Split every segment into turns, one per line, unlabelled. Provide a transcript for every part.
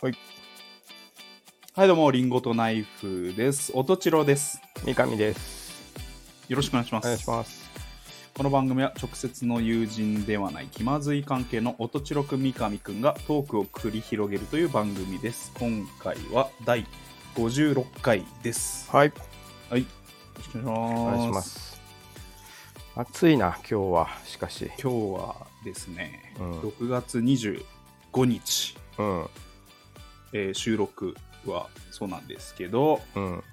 はい。はい、どうも、リンゴとナイフです。音ちろです。
三上です。
よろしくお願いしま
お願い
す
し。ます。
この番組は直接の友人ではない気まずい関係の音ちろくん三上くんがトークを繰り広げるという番組です。今回は第56回です。よ
はい。
ろしくお
お
願い
願
し
いし
ま。
ますす。暑いな、今日は、しかし。
今日はですね、
うん
6月25日、
うん、
えー収録はそうなんですけど、
うん、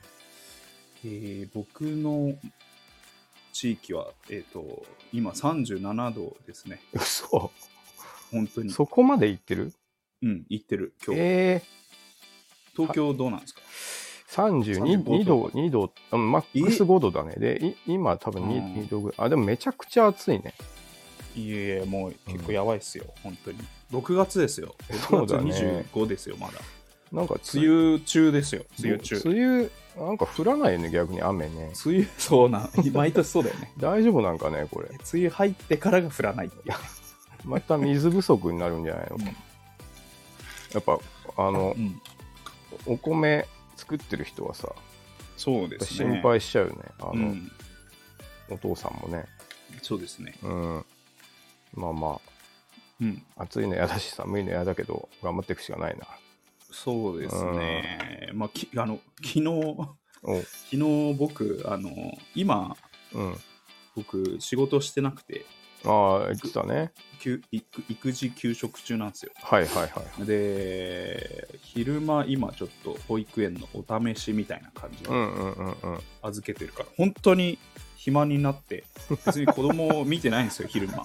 えー僕の地域は、えー、と今37度ですね、
嘘
本当に、
そこまで行ってる
うん、行ってる、今日、
え
東京どうなんですか、
ー、
32
32度、2度、うん、マックス5度だね。で、い今多分 2,、
うん
二度ぐらい。あ、でもめちゃくちゃ暑いね。
いえいえ、もう結構やばいっすよ、本当に、6月ですよ、
そ
6
う
月
だね
25ですよ、まだ、
なんか
梅
雨、
雨中ですよ、梅雨中、
梅雨、なんか降らないよね、逆に雨ね。
梅雨、そうなん、 毎年そうだよ ね、
大丈夫なんかね、これ。
梅雨入ってからが降らないっていう
また水不足になるんじゃないの、
うん
やっぱ、あの
う、ん、
お米作ってる人はさ、
そうですね、
心配しちゃうよね。あの、
うん、
お父さんもね、
そうですね、
うん、まあま
うん、
あ、暑いの嫌だし、寒いの嫌だけど、頑張っていくしかないな。
そうですね、まあ、きあの昨日
おう、
昨日僕あの今
うん。
僕仕事してなくて
ああ、言ってたね。
休育育児休職中なんですよ
はいはいはい。
で昼間今ちょっと保育園のお試しみたいな感じ
う
で
んうんうんうん。
預けてるから、本当に暇になって別に子供を見てないんですよ昼間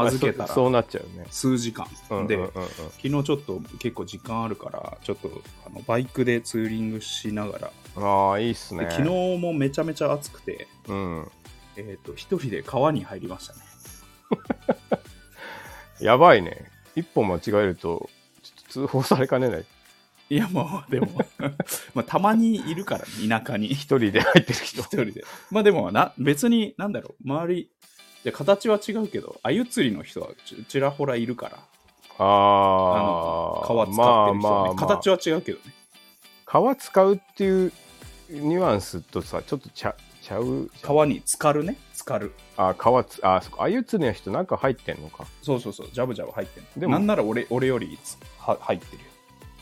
預けた
まあそ
ら
そうなっちゃうね。
数時間、
うんうんうん
で昨日ちょっと結構時間あるからちょっとあのバイクでツーリングしながら、
うん、ああ、いいっす
で
ね。
昨日もめちゃめちゃ暑くて
うん。
えっ、と一人で川に入りましたね
やばいね。一歩間違えると、ちょっと通報されかねない。
いやもうでもまあたまにいるから、ね、田舎 に
一人で入ってる人
一。人でまあでもな別になんだろう周りで形は違うけど鮎釣りの人はちちらほらいるから
あ
あ
あ
の、川使ってる人はね、形
は。
は違うけどね
川使うっていうニュアンスとさ、ちょっとちゃちゃう。
川に浸かるね浸かる
あ、川つ、あ、そっか、あゆ釣りの人なんか入ってんのか。
そうそうそうジャブジャブ入ってる
でも
なんなら俺俺よりつは入って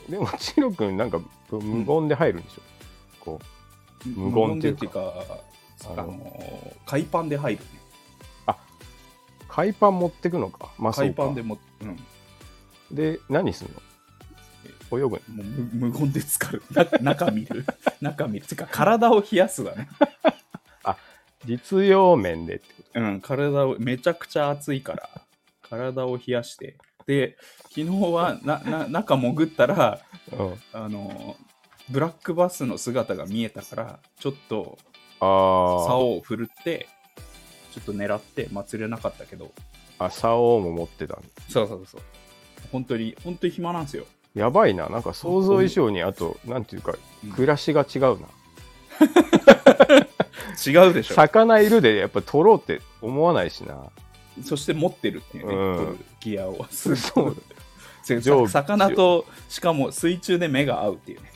るよ
でも、チロ君なんかぶ無言で入るんでしょ、こう。無言ってい
無言
うか
っていうかあ
あの
の海パンで入るね
海パン持ってくのか。まあ、そう
海
か
パンでも、うん、も
で、何すんの泳ぐの
う無無言で浸かるな中見る中見るてか体を冷やすだね
実用面でってこ
うん、体をめちゃくちゃ暑いから体を冷やしてで昨日はなな中潜ったら
と。うん、
あのブラックバスの姿が見えたからちょっと
あ
竿を振るってちょっと狙ってまあ釣れなかったけど
あ。あ、竿も持ってたんだ
そうそうそう本当に本当に暇なんですよ
やばいな。なんか想像以上に、あと、なんていうか
うん、
暮らしが違うな。
違うでしょ
魚いるで、やっぱ取ろうって思わないしな。
そして持ってるっていうね、
うん
ギアをす
そう
違う
上部
魚としかも水中で目が合うっていうね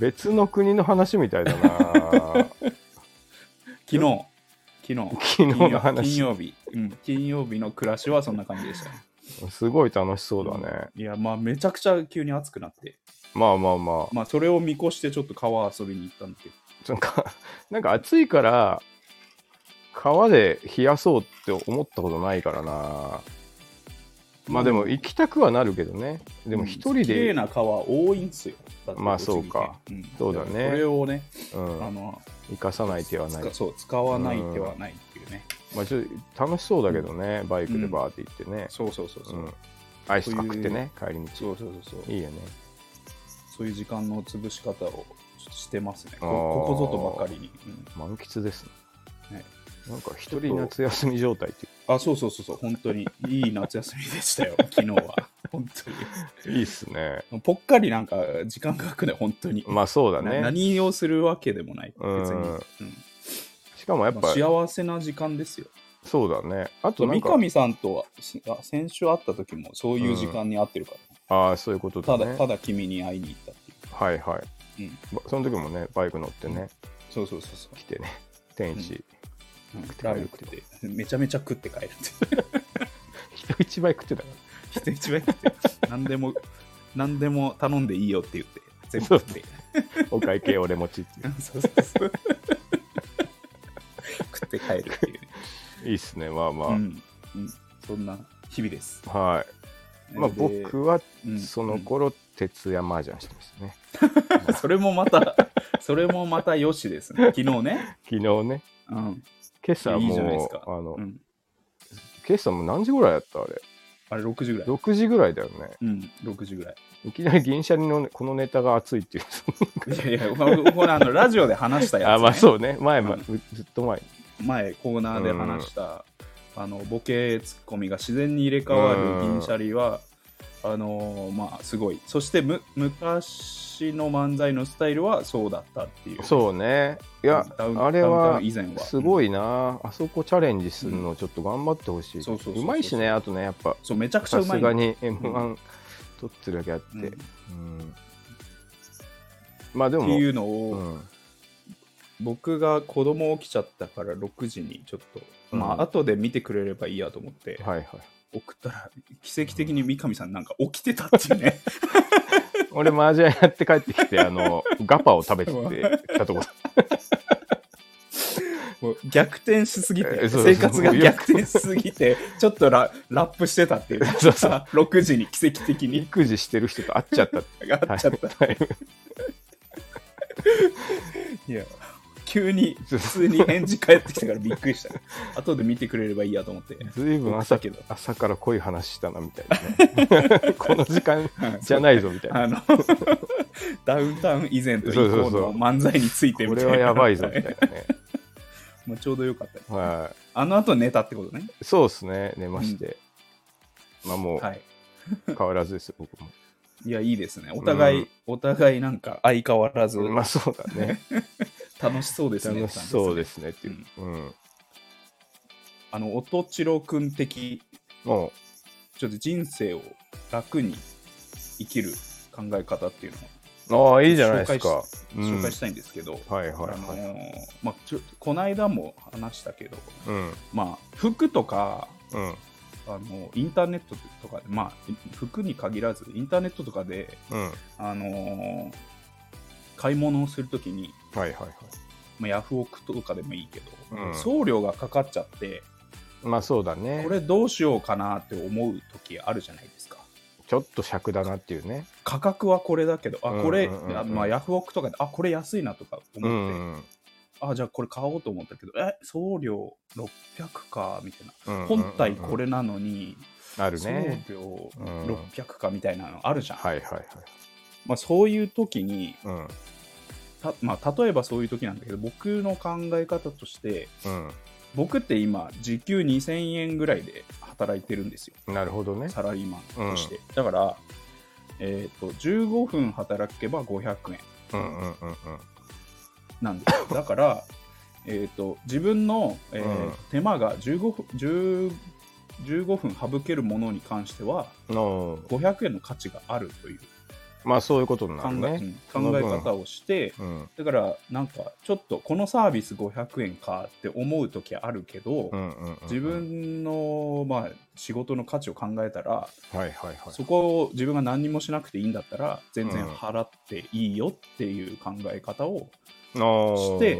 別の国の話みたいだ な。
昨日昨日
昨日の
金
話。
曜日、うん、金曜日の暮らしはそんな感じでしたね。
すごい楽しそうだね。
いや、まあ、めちゃくちゃ急に暑くなって、
まあまあまあ。
まあ、それを見越してちょっと川遊びに行ったんだけど、
なんか、 なんか暑いから、川で冷やそうって思ったことないからな。まあでも行きたくはなるけどね。でも一人
綺麗
で、
な川多いんすよ。だって
まあそうか
栃木県
そうだね
これをね、
う
あ
ん、
の、
生かさない手はない
使。そう、使わない手はないっていうね。
まあちょっと楽しそうだけどね、バイクでバーって行ってね。
そうそうそうそうう。
ん。アイスとか食ってね、帰り
そうそうそうそ
道。
う。
いいよね。
そういう時間の潰し方をちょっとしてますね。こ
あー
ここぞとばかりに。うん
満喫ですね。
ね
なんか一人夏休み状態ってい
あ、そうそうそうそう、本当にいい夏休みでしたよ、昨日は。本当に。
う。いいっすね。
ぽっかりなんか時間が空くね、本当に。
まあそうだ
な
ね。
何をするわけでもない、別に。
うん
うん
しかもやっ
まあ
ぱ、
幸せな時間ですよ。
そうだね。あとなん
三
か、
上さんとはしあ先週会った時もそういう時間に会ってるからね、
ああ、そういうことだ
た
ね。
だただ君に会いに行ったっていう
はいはい、
うん
ばその時もね、バイク乗ってね、
そうそうそうそう
来てね、 天一、
うんラーメン食ってめちゃめちゃ食って帰るって
人一倍食ってたか
人一倍食って何でも何でも頼んでいいよって言って全部食って
ら、お会計俺持ちってい
そうそうそう食って帰るっていうね、
う。いいっすね、まあまあ。
うんうん、そんな日々です
はい。まあ
で
僕は
うん
その頃、徹夜麻雀してましたね。
それもまたそれもまたよしですね昨日ね
昨日ね、
うん、
今朝
いいじゃないです
もう、
か
あの、
うん、
今朝も何時ぐらいやったあれ。
あれ6時ぐらい
6時ぐらいだよね。
うん6時ぐらい
いきなり銀シャリのこのネタが熱いっていう。
いやいや、まあ、ほらあのラジオで話したやつ、ね、
あ、まあそうね。前、ま
うん
ずっと前。
前コーナーで話した、あのボケツッコミが自然に入れ替わる銀シャリは、あのーまあすごいそしてむ昔の漫才のスタイルはそうだったっていうう
そうね。い
い
や、あれは、
以前は
すご
い、
いな、あそこチャレンジするのちょっと頑張ってほしい、
そうそうそうそう
まいしねあとねやっぱ
そうめちゃくちゃ
さ
うますい
が
の
に m 1取ってるだけあって、
うん
うん
っ
まあで
て
も
いうのを、
うん
僕が子供起きちゃったから6時にちょっと、ま
うん
あ後で見てくれればいいやと思って
はいはい
送ったら奇跡的に三上さんなんか起きてたっていう ね
俺麻雀やって帰ってきてあのガパを食べててたとこ
もう逆転しすぎて
えそうそう
生活が逆転しすぎてちょっとララップしてたっていう
そうそう
6時に奇跡的に
育児してる人と会っちゃったって
上がっちゃった、
タイミング
いや急に普通に返事返ってきたからびっくりした 後で見てくれればいいやと思って
ずいぶん朝
起きたけど
朝から濃い話したなみたいな、ね、この時間じゃないぞみたいな
あ のダウンタウン以前と以降
そうそうそう
の漫才について
こ
みた
れ
いな
はやばいぞみたいなね、
まあ、ちょうどよかったです
はい
あの後寝たってことね。
そうですね、寝まして。まあもう
はい。
変わらずですよ、僕も。
いや、いいですね。お互い、
うん
お互いなんか相変わらず
まあそうだね。
楽しそうですね。。
楽しそうですすねっていう。うん。
あの、音千代くん的、
もう、
ちょっと人生を楽に生きる考え方っていうのを
ああ、いいじゃないですか。うん
紹介したいんですけど、
はい
あ
はい
の
はい。
ーまあ、ちょこの間も話したけど、
うん。
まあ、服とか、
うん。
あのインターネットとかで、まあ、服に限らず、インターネットとかで、
うん。
あのー買い物をするときに、
はいはいはい。
まあ、ヤフオクとかでもいいけど、
うん
送料がかかっちゃって
まあそうだね
こ。れどうしようかなって思う時あるじゃないですか
ちょっと尺だなっていうね。
価格はこれだけどあこれ、
うんうんうんうん
あまあ、ヤフオクとかであこれ安いなとか
う
思って、
ん。
あじゃあこれ買おうと思ったけどえ送料600かみたいな
うん
本体こ。
うん
れなのに、
あるね。
送料
うん
600かみたいなのあるじゃん、
はいはいはい。
まあ、そういう時に
うん。
た、まあ、例えばそういう時なんだけど僕の考え方として僕って今時給2000円ぐらいで働いてるんですよ
うん。なるほどね。
サラリーマンとして、だから、えー、と15分働けば500円
うんうんうんうん。
なんです よだから、えー、と自分の、えー
うん
手間が15分10 15分省けるものに関しては
の
500円の価値があるという
まあそういうことにな
考
る
え,、
ね。
考え方をして
うん。
だからなんかちょっとこのサービス500円かって思う時あるけど、
うんうんうん。
自。分の、まあ、仕事の価値を考えたら、
はいはいはい。
そこを自分が何にもしなくていいんだったら全然払っていいよっていう考え方を、して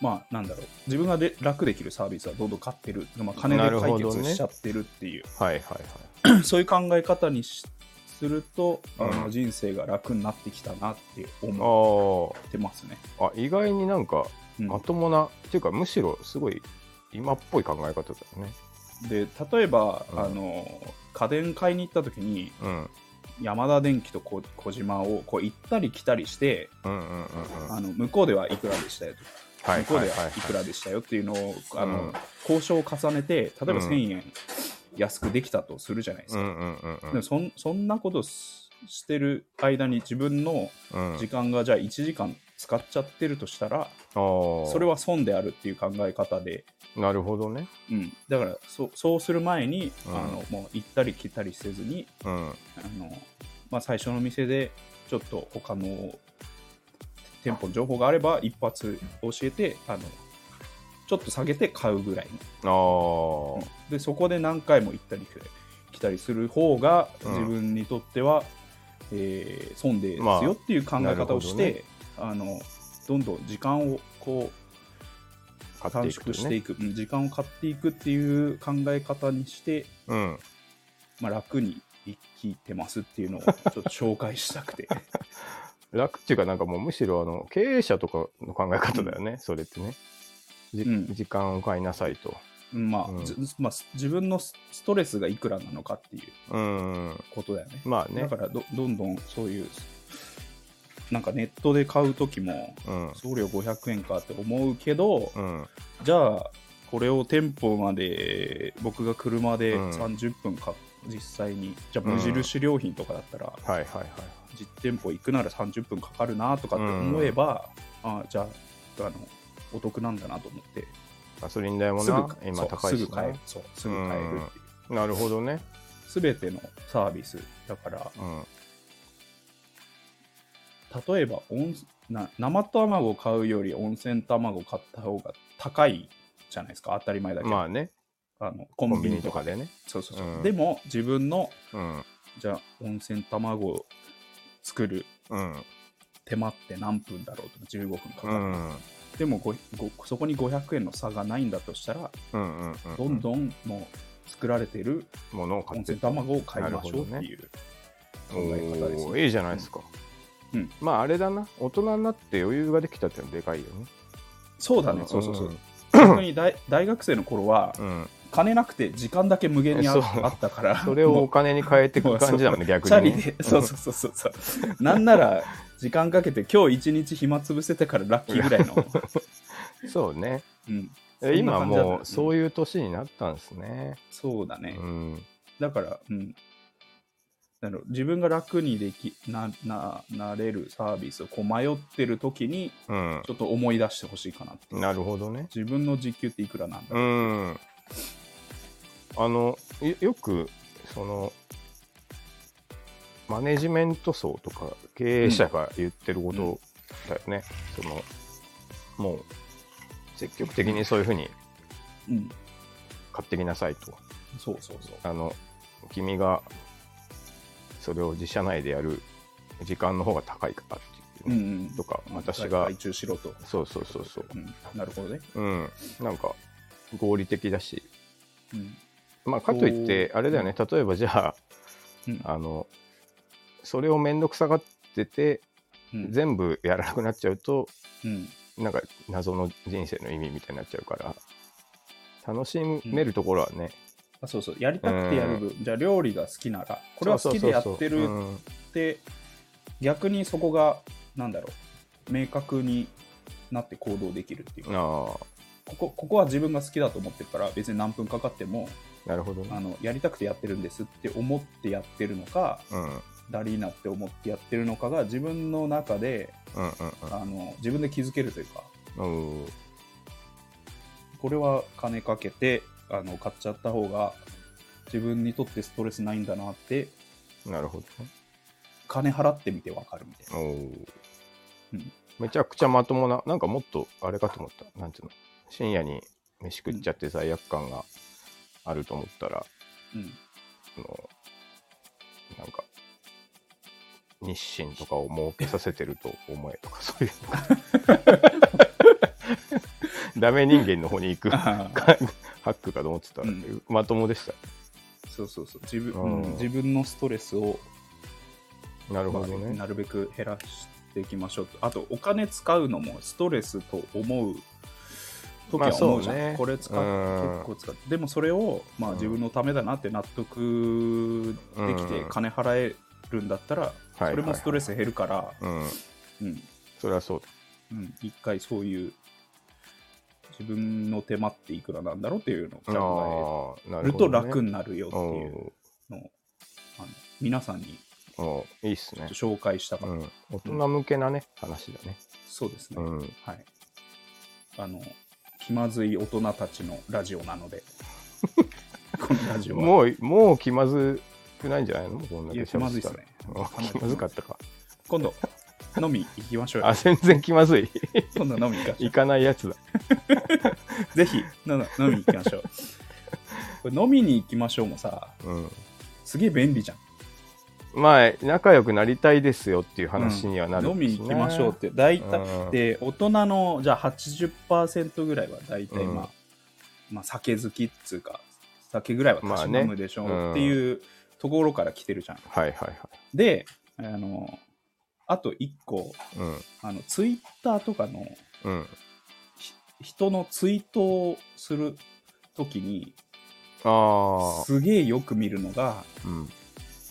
まあなんだろう自分がで楽できるサービスはどんどん買ってる、まあ、金
な
で
る
解
ほどね
決しちゃってるっていう、
はいはいはい。
そういう考え方にしするとあの、
うん
人生が楽になってきたなって思
あ
ってますね。
あ、あ意外になんか
うん
まともな、っていうかむしろすごい今っぽい考え方だよね。
で例えば、
うん
あの家電買いに行った時に
うん。
ヤマダ電機とこ小島をこう行ったり来たりして
うんうんうんうん。
あの向こうではいくらでしたよと
はい
向こう
はい
で
は
はいいくらでしたよっていうのを、あの
うん
交渉を重ねて例えば
うん
1000円安くできたとするじゃないです
う
か、
んうんうんう
でも
ん
そんそんなことすしてる間に自分の
うん
時間がじゃあ1時間使っちゃってるとしたら、
うそ
それは損であるっていう考え方で、
なるほどね。
うん、だからそそうする前に、
うん
あのもう行ったり来たりせずに
うん。
あの、まあ、最初の店でちょっと他の店舗の情報があれば一発教えてあのちょっと下げて買うぐらいの
ああ、
でそこで何回も行ったり来たりする方が
うん
自分にとっては、えー損です
まあ
よっていう考え方をし
なる
て、あのどんどん時間をこう
買
短
ってい
縮
くと
して
ね。
いく、うん時間を買っていくっていう考え方にして、
うん。
まあ、楽に生きてますっていうのをちょっと紹介したくて
楽っていうか、なんかもうむしろあの経営者とかの考え方だよね、それってね。じ
うん
時間を買いなさいと。
うんまあ、
うん
ずまあ、自分のスストレスがいくらなのかっていう
うん。
ことだよね
まあ
だ
ね
か。らどどんどんそういうなんかネットで買う時も
うん。
送料500円かって思うけど、
うん。
じゃあこれを店舗まで僕が車で
うん
30分か、実際にじゃあ無印良品とかだったら、
はいはいはい。
実店舗行くなら30分かかるなとかって思えば、あじゃああのお得なんだなと思って
ガソリン代も
す
な
ぐ、
今
そう
高い
す
し
ぐ
な、
買えるそうすぐ買えるっていう
なるほどね。
全てのサービスだから
うん。
例えば温な生卵を買うより温泉卵買った方が高いじゃないですか当たり前だけど、
まあね、
あのコ
コ
ン
ンビ
ビ
ニ
ニと
と
か
かでね。
そうそうそう、
うん
でも自分の
うん。
じゃあ温泉卵を作る
うん。
手間って何分だろうとか15分かか
う
る、
ん。
でもごごそこに500円の差がないんだとしたら
うんうんうん。
どんどんもう作られてる
ものを買
温
って
泉卵を買いましょうって
なる
いう考え方です
お
ね、
ーいいじゃないですか。
うん
まああれだな、大人になって余裕ができたってのはでかいよね。
そうだねそうそうそう、
ん
逆に大大学生の頃は
うん、
金なくて時間だけ無限にあ
そう
あったから
それを
も
お
う
金に変えていく感 じだもんね、逆
チャ
に、
リ
ね。
でそうそうそうそうそうなんなら時間かけて今日一日暇つぶせてからラッキーぐらい の、
そうね。
うん、
え今もうそう
いう
いう年になったんですね。
そうだね、
うん。
だから、うん。なの自分が楽にできなななれるサービスをこう迷ってる時に
うん
ち。ょっと思い出してほしいかなっていう
なるほどね。
自分の時給っていくらなんだ
う
ろ
ん。あの、よよく、その、マネジメント層とか経営者が言ってることだよね。その、もう、積極的にそういうふうに
う、うん、
買ってきなさいと。
そうそうそう
あの、君が、それを自社内でやる時間の方が高いからってい
う
うね、
んうん
とか、私
外
が
外、注しろと、
そうそうそうそう
うん、なるほどね、。
うん。なんか、合理的だし、
うん
まあ、かといって、
こう
あれだよね、例えばじゃあ、
うん
あのそれを面倒くさがってて、
うん
全部やらなくなっちゃうと、
うん
なんか謎の人生の意味みたいになっちゃうから、楽しめるところはね、
あそうそうやりたくてやる分、じゃあ料理が好きならこれは好きで
そう
や
そう
っ
そ
て
うそう
る
うん
って逆にそこがなんだろう明確になって行動できるっていうか
あ
ここここは自分が好きだと思ってるから別に何分かかっても
あ、なるほどね
あ。のやりたくてやってるんですって思ってやってるのか
うん、うん、うん、
ダリーナって思ってやってるのかが自分の中であの自分で気づけるというか
うん、うん、
これは金かけてあの買っちゃった方が自分にとってストレスないんだなって
なるほどね。
金払ってみてわかるみたいな。
おー
うん
めちゃくちゃまともな、なんかもっとあれかと思った、なんていうの、深夜に飯食っちゃって罪悪感があると思ったら、
うん
そのなんか日清とかを儲けさせてると思えとかそういうのダメ人間の方に行くハ
あー
ックかと思ってたら、
うん
まともでし
そうそうそう自分、
うん
うん自分のストレスを
たなるほど
まあ
ね、
なるべく減らしていきましょうとあとお金使うのもストレスと思う時は思うじゃん、
まあそうね
これ使う
うん
結構使ってでもそれを、まあ、
うん
自分のためだなって納得できて
うん
金払えるんだったら、
いはい
それもストレス減るから、
うん、
うん
それはそうだ
うん、一回そういう自分の手間っていくらなんだろうっていうのを考
あ
え
あな
ると楽
っ
になるよっていうのを、あの皆さんに
いいっすね、
紹介したか
う
った、
ん、大人向けなね話だね、
そうですね、
うん、
はいあの気まずい大人たちのラジオなの でこのラジオは
もう、もう気まずくないんじゃないのこんだ
い
け
や気まずいっすね
喋ってたらうん気まずかったか。
今度飲み行きましょうよ
あ、全然気まず い。
今度飲み行きましょ
行かないやつだ。
うぜひなな飲みに行きま しょうこれ飲みに行きましょうもさ
うん。
すげえ便利じゃん
まあ、仲良くなりたいですよっていう話にはなる
飲
ん
み
です
に
ね、
行きましょうって大体、
うん
で大人のじゃあ80%ぐらいは大体まあ、まあ酒好きっつうか酒ぐらいはたしなむでしょ
まあね
うっていうところから来てるじゃん、
はいはいはい。
であのあと1個
う
あのツイッターとかの
ん。うん。
ひ人のツイートをするときに
ああ。
すげえよく見るのが
うん。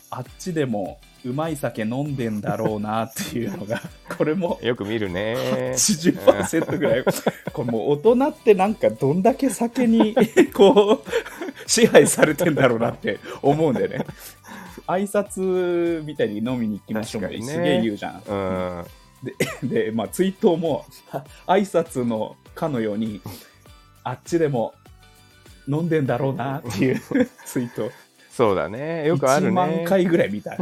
あっちでもうまい酒飲んでんだろうなっていうの がこれも
よく見る ね。
80%ぐらいこれもう大人ってなんかどんだけ酒に こう支配されてんだろうなって思うんだよね挨拶みたいに飲みに行きましょうみたいに
確
す
かにね
げえ言うじゃん、
うん。
で、まあ、追悼もは挨拶のかのようにあっちでも飲んでんだろうなっていうツイート
そうだね。よくある
1万
ね。
回ぐらい見た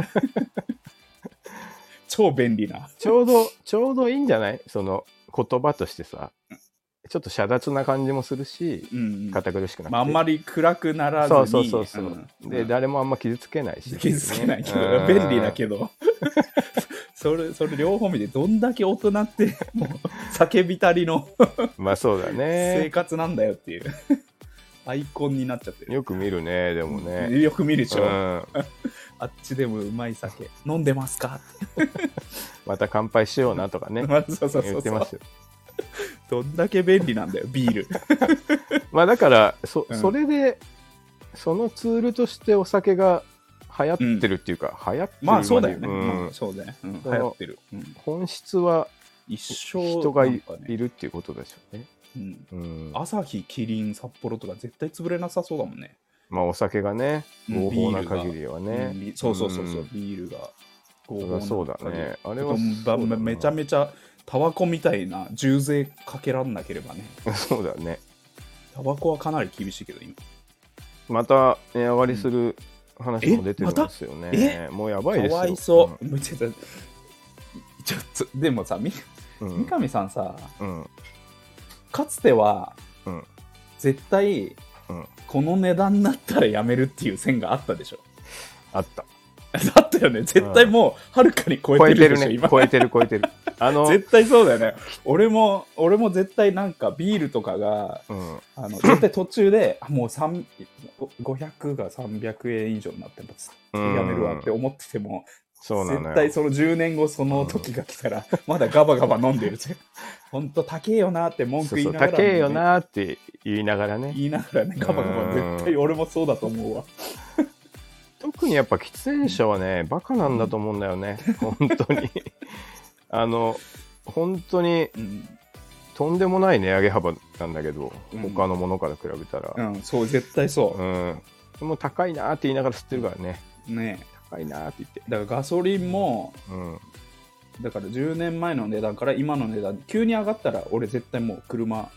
超便利な
ちょうど、ちょうどいいんじゃないその言葉としてさ。ちょっと遮奪な感じもするし、
うん
堅苦しくなくて。
まあ、あんまり暗くならず
そ
に
うそうそうそう。
うん
で、誰もあんま傷つけないし。
傷つけないけど、
うん
便利だけ どそれそれ両方見てどんだけ大人 ってもう叫びたりの
まあそうだ
生
ね。
活なんだよっていうアイコンになっちゃってる
よく見るね、でもね。
よく見るでし
う
ょ、
ん。
あっちでもうまい酒飲んでますか
また乾杯しようなとかね。
そうそうそ
言
う
って
そ
ま
う
すよ。
どんだけ便利なんだよビール
まあだから、そ
うん
それで、そのツールとしてお酒が流行ってるっていうか、流行ってる
まあそうだよね、
うん
まあ、そうだよね、うん、流
そう
行ってる、うん
本質は
一生
人が
なん
い
かね
いるっていうことでしょうね。
うん
うん、
朝日キリン札幌とか絶対潰れなさそうだもんね
まあお酒がね、
うん
合法な限りは
う
ね
ん。ビそうそうそうそう、
ん
ビールが合
そりゃそうだね。あれは
ば
そうだな
めちゃめちゃタバコみたいな重税かけらんなければね
そうだね。
タバコはかなり厳しいけど今
また値上がりする話も出てるんですよね。
え
もうやばいです
か
よ。
わいそう、むちゃくちゃちょっとでもさみ
うん。うん
三上さんさ
うん
かつては
うん
絶対
うん
この値段になったらやめるっていう線があったでしょ
あった。
だったよね絶対もうはるかに超
超
え
え
てるで
てる
しょ、
ね
今。
超えてる超えてる。あの、
絶対そうだよね俺も俺も絶対なんかビールとかが
うん、
あの絶対途中であもう3 500が300円以上になってますやめるわって思ってても、
そうなの
絶
よ。
対その10年後その時が来たら、まだガバガバ飲んでるぜほんと高えよなって文句
そう
言
そ、
いうながら
高えよなーって言いながらね。
言いながらねガバガバ
うん
絶対俺もそうだと思うわ
特にやっぱ喫煙者はね、バカなんだと思うんだよね。本 当に。あの、本当に
うん、
とんでもない値上げ幅なんだけど、
うん
他のものから比べたら。
うん、そう絶対そ
うん。もう高いなーって言いながら吸ってるからね。
うね
高いなーって言って。
だからガソリンも
うん。
だから10年前の値段から今の値段急に上がったら俺絶対もう車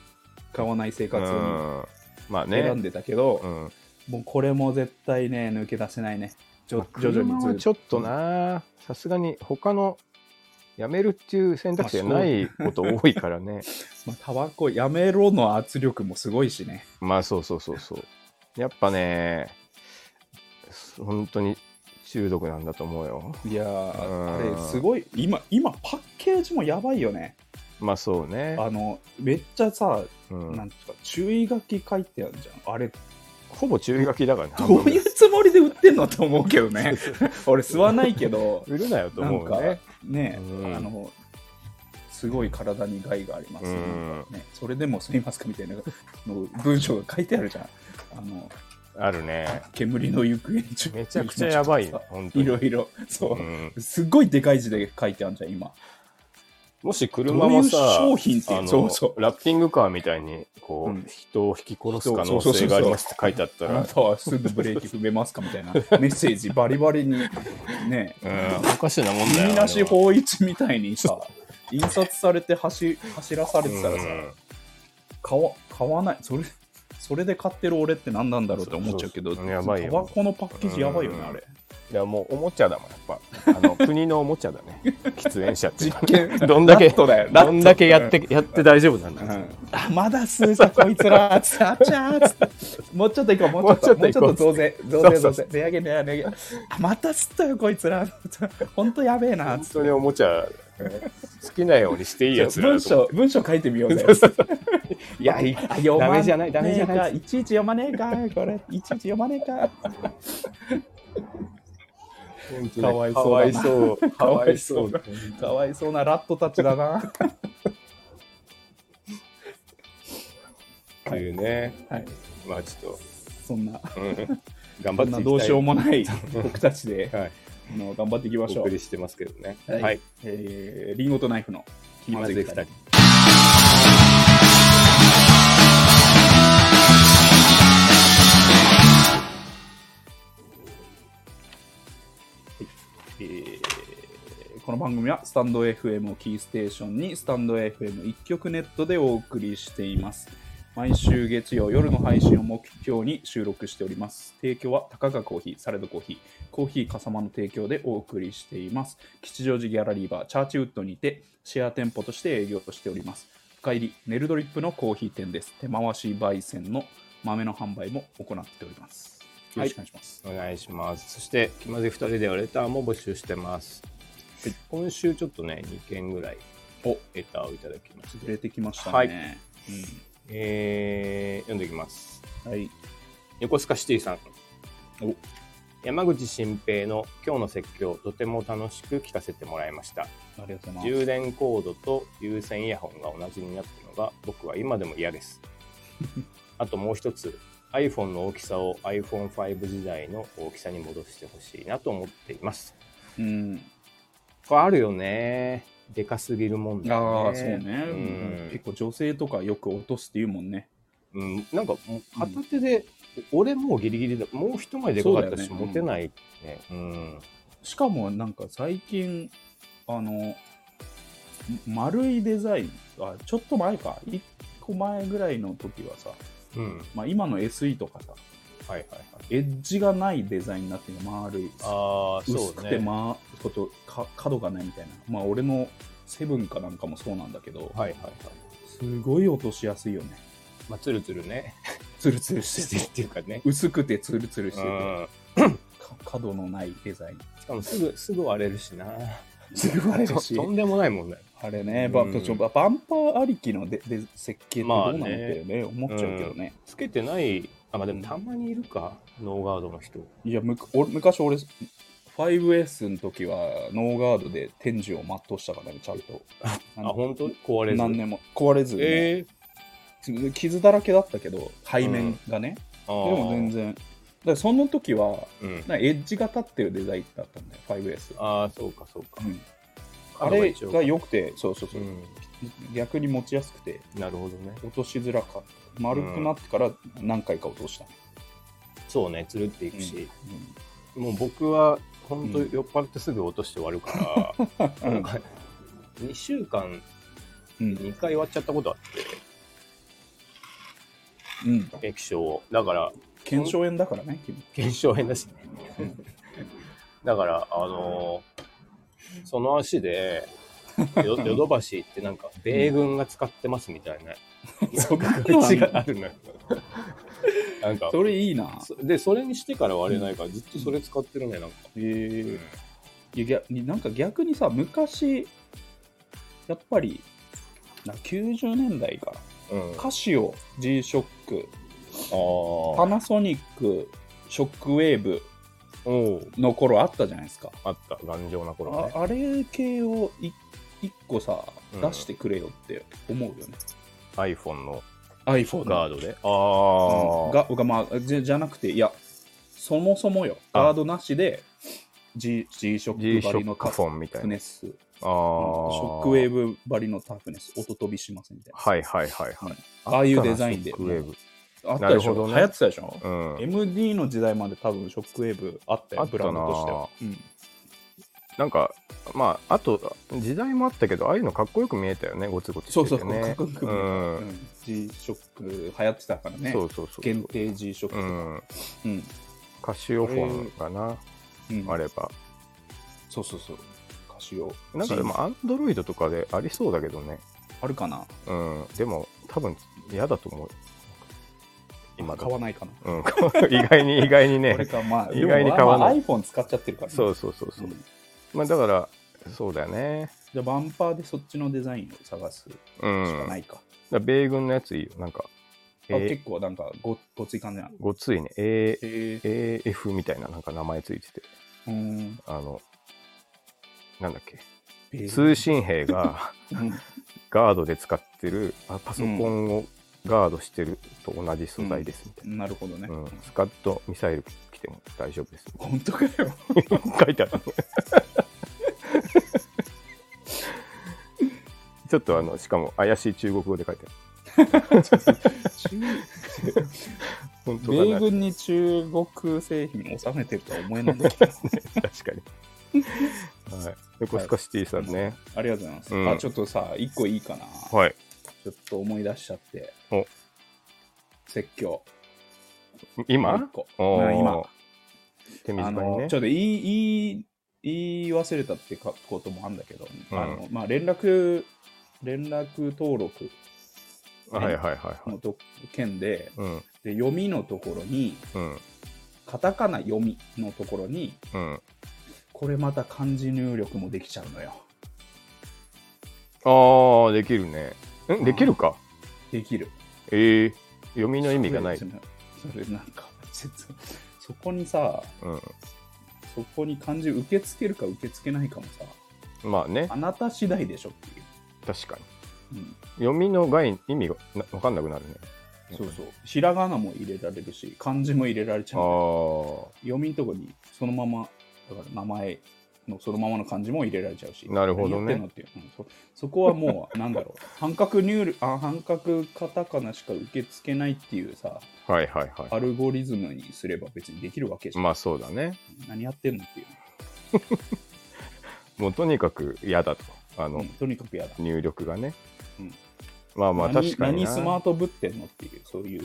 買わない生活
う
を
んまあ
選ん
ね。
でたけど、
うん。
もうこれも絶対ね抜け出せないねじょ徐々
車は
に
ちょっとなー、さすがに他のやめるっていう選択肢がないこと多いからね。
まあ、タバコやめろの圧力もすごいしね
まあそうそうそうそう。やっぱね、本当に中毒なんだと思うよ。
いや
うん
ーあれすごい今今パッケージもやばいよね
まあそうね。
あのめっちゃさ
うん
なんつうか注意書き書いてあるじゃんあれ
ほぼ注意書きだからね。
どういうつもりで売ってんのと思うけど ね俺吸わないけど
売るな よと
なん
思う
か
ね。
ね、
うん
あのすごい体に害があります、
うん
ね、それでも吸いますかみたいなの文章が書いてあるじゃんあの
あるね。
煙の行方に注意
めちゃくちゃや ばいよ、本当
い
に。
ろいろそうう、
ん
すっごいでかい字で書いてあるじゃん今
もし車もさ、
どういう商品って
あの
そうそう
ラッピングカーみたいに、こう、
うん
人を引き殺す可能性がありますって書いてあった
あな
ら、
たはすぐブレーキ踏めますかみ たいなメッセージバリバリにね
うん、おかしなもんだよ。
耳なし
あれは
法一みたいにさ印刷されて走走らされてたらさ、
うん
買わ買わないそれそれで買ってる俺って何なんだろうって思っちゃうけど
そうそうそうやばいよ
タバコのパッケージやばいよね
うん
あれ
いやもうおもちゃだ もんやっぱあの国のおもちゃだね喫煙者っていうのは
実験
どんだけ
ラットだよ
どんだけやってやって大丈夫なんだ、
あまだ数社こいつらつってあちゃーつってもうちょっと行こうもうちょっと
も
も
う
う
ち
ち
ょ
ょ
っ
っと
と行こ
増
う
税増税
そ
増
うそ
税値上げ値上げあまた吸ったよこいつら本当やべえな
本当におもちゃ好きなようにしていいやつら
文
だと思
章
う
文章書いてみようぜ
いやいい
あ読ま
ダメじゃないダメじゃない
ねえかいちいち読まねえかこれいちいち読まねえか
かわいそうか
か
わ
わ
い
い
そ
そううだかわいそうなラットたちだな
っていうね
はい
まあちょっ
そんな
と、うん、
こん
頑張っていきた
ないどうしようも ない僕たちで
はい、
あの頑張っていきましょ
お送
う
りしてますけどね
はいえーリンゴとナイフの気まずい二人えーこの番組はスタンド FM をキーステーションにスタンド FM 一曲ネットでお送りしています。毎週月曜夜の配信を目標に収録しております。提供は高がコーヒー、サレドコーヒー、コーヒーかさまの提供でお送りしています。吉祥寺ギャラリーバーチャーチウッドにてシェア店舗として営業しております。深入りネルドリップのコーヒー店です。手回し焙煎の豆の販売も行っております。よろしくお願いします。
お願いしますそして気まずい2人ではレターも募集してます、
はい
今週ちょっとね2件ぐらい
お
レターをいただきまし
触
て
れてきましたね。
はい
うん
えー、読んでいきます
はい。
横須賀シティさん
お
山口新平の今日の説教とても楽しく聞かせてもらいました
ありがとうございます。
充電コードと有線イヤホンが同じになったのが僕は今でも嫌です あともう一つ iPhone の大きさを iPhone5 時代の大きさに戻してほしいなと思っています
うん。
これあるよねでかすぎるもんだ
ああ、そうね、
うん
結構女性とかよく落とすって言うもんね。
うん、なんかもう片手で、俺もうギリギリだもう一枚でかかった
そ
し、
うだよね
持てないねうん
しかもなんか最近、あの、ん丸いデザイン、あちょっと前か、1個前ぐらいの時はさ、
うん
まあ、今の SE とかさ、
はいはいはい
エッジがないデザインになってるの丸い。
ああそ
薄
う
くて、
ね
まあ、ことか角がないみたいな。まあ、俺のセブンかなんかもそうなんだけど、
はいはいはい
すごい落としやすいよね。
まあつるつるね
ツルツルして。
しててっていうかね
薄くてツルツルし
う
てて、
ん
か角のないデザイン。
しかもすぐすぐ割れるしな
すぐ 割れる
と
し。
とんでもないもんね
あれね、
うん
バンちょバンパーありきのでで設計ってどうなの
ま
っ
あね
てね、思っちゃうけどね。
つけてないあまあでもたまにいるかノーガードの人
いやむく俺昔俺、5S の時はノーガードで天寿を全うしたからね、ちゃんと。
あ
あの
本当壊れず
何年も壊れずに、
え
傷だらけだったけど、背面がね。
ー、あ
でも全然。だからその時は、
然、うん、
なんかエッジが立ってるデザインだったんだよ、5S。
ああそうかそうか
うんあ
角
れ
一応
が良くて、そうそうそうう、
ん
逆に持ちやすくて、
なるほどね
落としづらかった。丸くなってから何回か落とした。
そうねつるっていくし、
うん
もう僕は本当
うん
酔っ払ってすぐ落として終わるから、
うん
なんか2週間
うん
2回割っちゃったことあっ
うん、
て液晶をだから
検証炎だからね、君
検証変だしねだからあのーその足でよ ヨドバシ行ってなんか米軍が使ってますみたいな、
そんなのあん
口
の
があるのよなんか
それいいな。
そでそれにしてから割れないからずっとそれ使ってるねなんか、
えーいや逆になんか逆にさ、昔、やっぱり、な90年代か、
うんあ
カシオ、G-SHOCK、パ
あ
ナソニック、ショックウェーブ
おう
の頃あったじゃないですか。
あった頑丈な頃
あ
ね
あれ系をい一個さ、
うん
出してくれよって思うよね。
iPhone の
iPhone
ガードで。
う
あ
ん
あ、
がが、まあ、じゃじゃなくていやそもそもよ
あ
ガードなしで G, G ショック
G シ
バ
ョ
リの
ック
タ
フ
フ
ォンみたいな。
ネスうんシ
ああ。
ョックウェー。ブバリのタフネス音飛びしませんみたいな、
はいはいはい
うん
はい。
ああいうデザインで
ショックウェーブ。
あったでし
なるほど
ょ、
ね
流行ってたでしょ、
うん。
MD の時代まで多分ショックウェーブあったよ
あった
ブ
な
ランドとしては、うん
なんかまああと時代もあったけどああいうのかっこよく見えたよねゴツゴツ
そう
して
そう
て
そう、
ね
かっこよく見える
うん
うん G ショック流行ってたからね。
そうそうそう
限定 G ショック
う
とか。
ん
うん。
カシオフォンかな、
うん
あれば
そうそうそう。歌詞を。
なんかでもアンドロイドとかでありそうだけどね
あるかな
うんでも多分嫌だと思う今だ
買わないかな。
うん 意外に意外に
これ
ね
か、まあ、
意外に買わない
でもまあ iPhone 使っちゃってるからね。
そうそうそうそう、
うん
まあだからそうだよね
じゃあ、バンパーでそっちのデザインを探すし
うん
かな
だか
いか。
ら米軍のやついいよなんか、
あ
え
結構、なんかご、ごつい感じなの
ー、。ごついね A
え
AF みたいななんか名前ついてて
ー、うん。
あのなんだっけ
えー
通信 兵が
うん
ガードで使ってるあパソコンをガードしてると同じ素材ですみたい
なるほどね。
な、うんスカッとミサイル来ても大丈夫です み
本当かよ。
たいな書いてある ちょっとあのしかも怪しい中国語で書いてある本当か
米
な
軍に中国製品を収めてるとは思えないん だけど。
確かにはい横須賀シティさんね
ありがとうございます。
うん
あ、ちょっとさ、一個いいかな。
はい
ちょっと思い出しちゃって。
お
説教。もう
今
一個
お
う
ー
ん今。
手
あ
短に
の
ね
ちょっと言い言い言い忘れたってかこともあるんだけど、
うん
あのまあ、連絡連絡登録
はいはいはいはい
のと件で
うん
で読みのところに
うん
カタカナ読みのところに
うん
これまた漢字入力もできちゃうのよ
ああできるねんできるか
できる
ええ読みの意味がない
それそれなんかちょっとそこにさ
う
そこに漢字受け付けるか受け付けないかもさ
んまあね
あなた次第でしょっていう、
確かに
うん、
読みの概意味がな分かんなくなるね
そうそうひらがなも入れられるし漢字も入れられちゃう
あ
読みんとこにそのままだから名前のそのままの漢字も入れられちゃうし
なるほどね
何やってんのっていう、うんそそこはもうなんだろう半角入力あ半角カタカナしか受け付けないっていうさ
あはいはいは
アルゴリズムにすれば別にできるわけじ
い
ゃん、
まあそうだね
何やってんのっていう、
もうとにかく嫌だとあ
う
の
んとにかくやだ、
入力がね
うん
まあまあ
何
確かに
何スマ
な
ートぶってんのっていうそう いう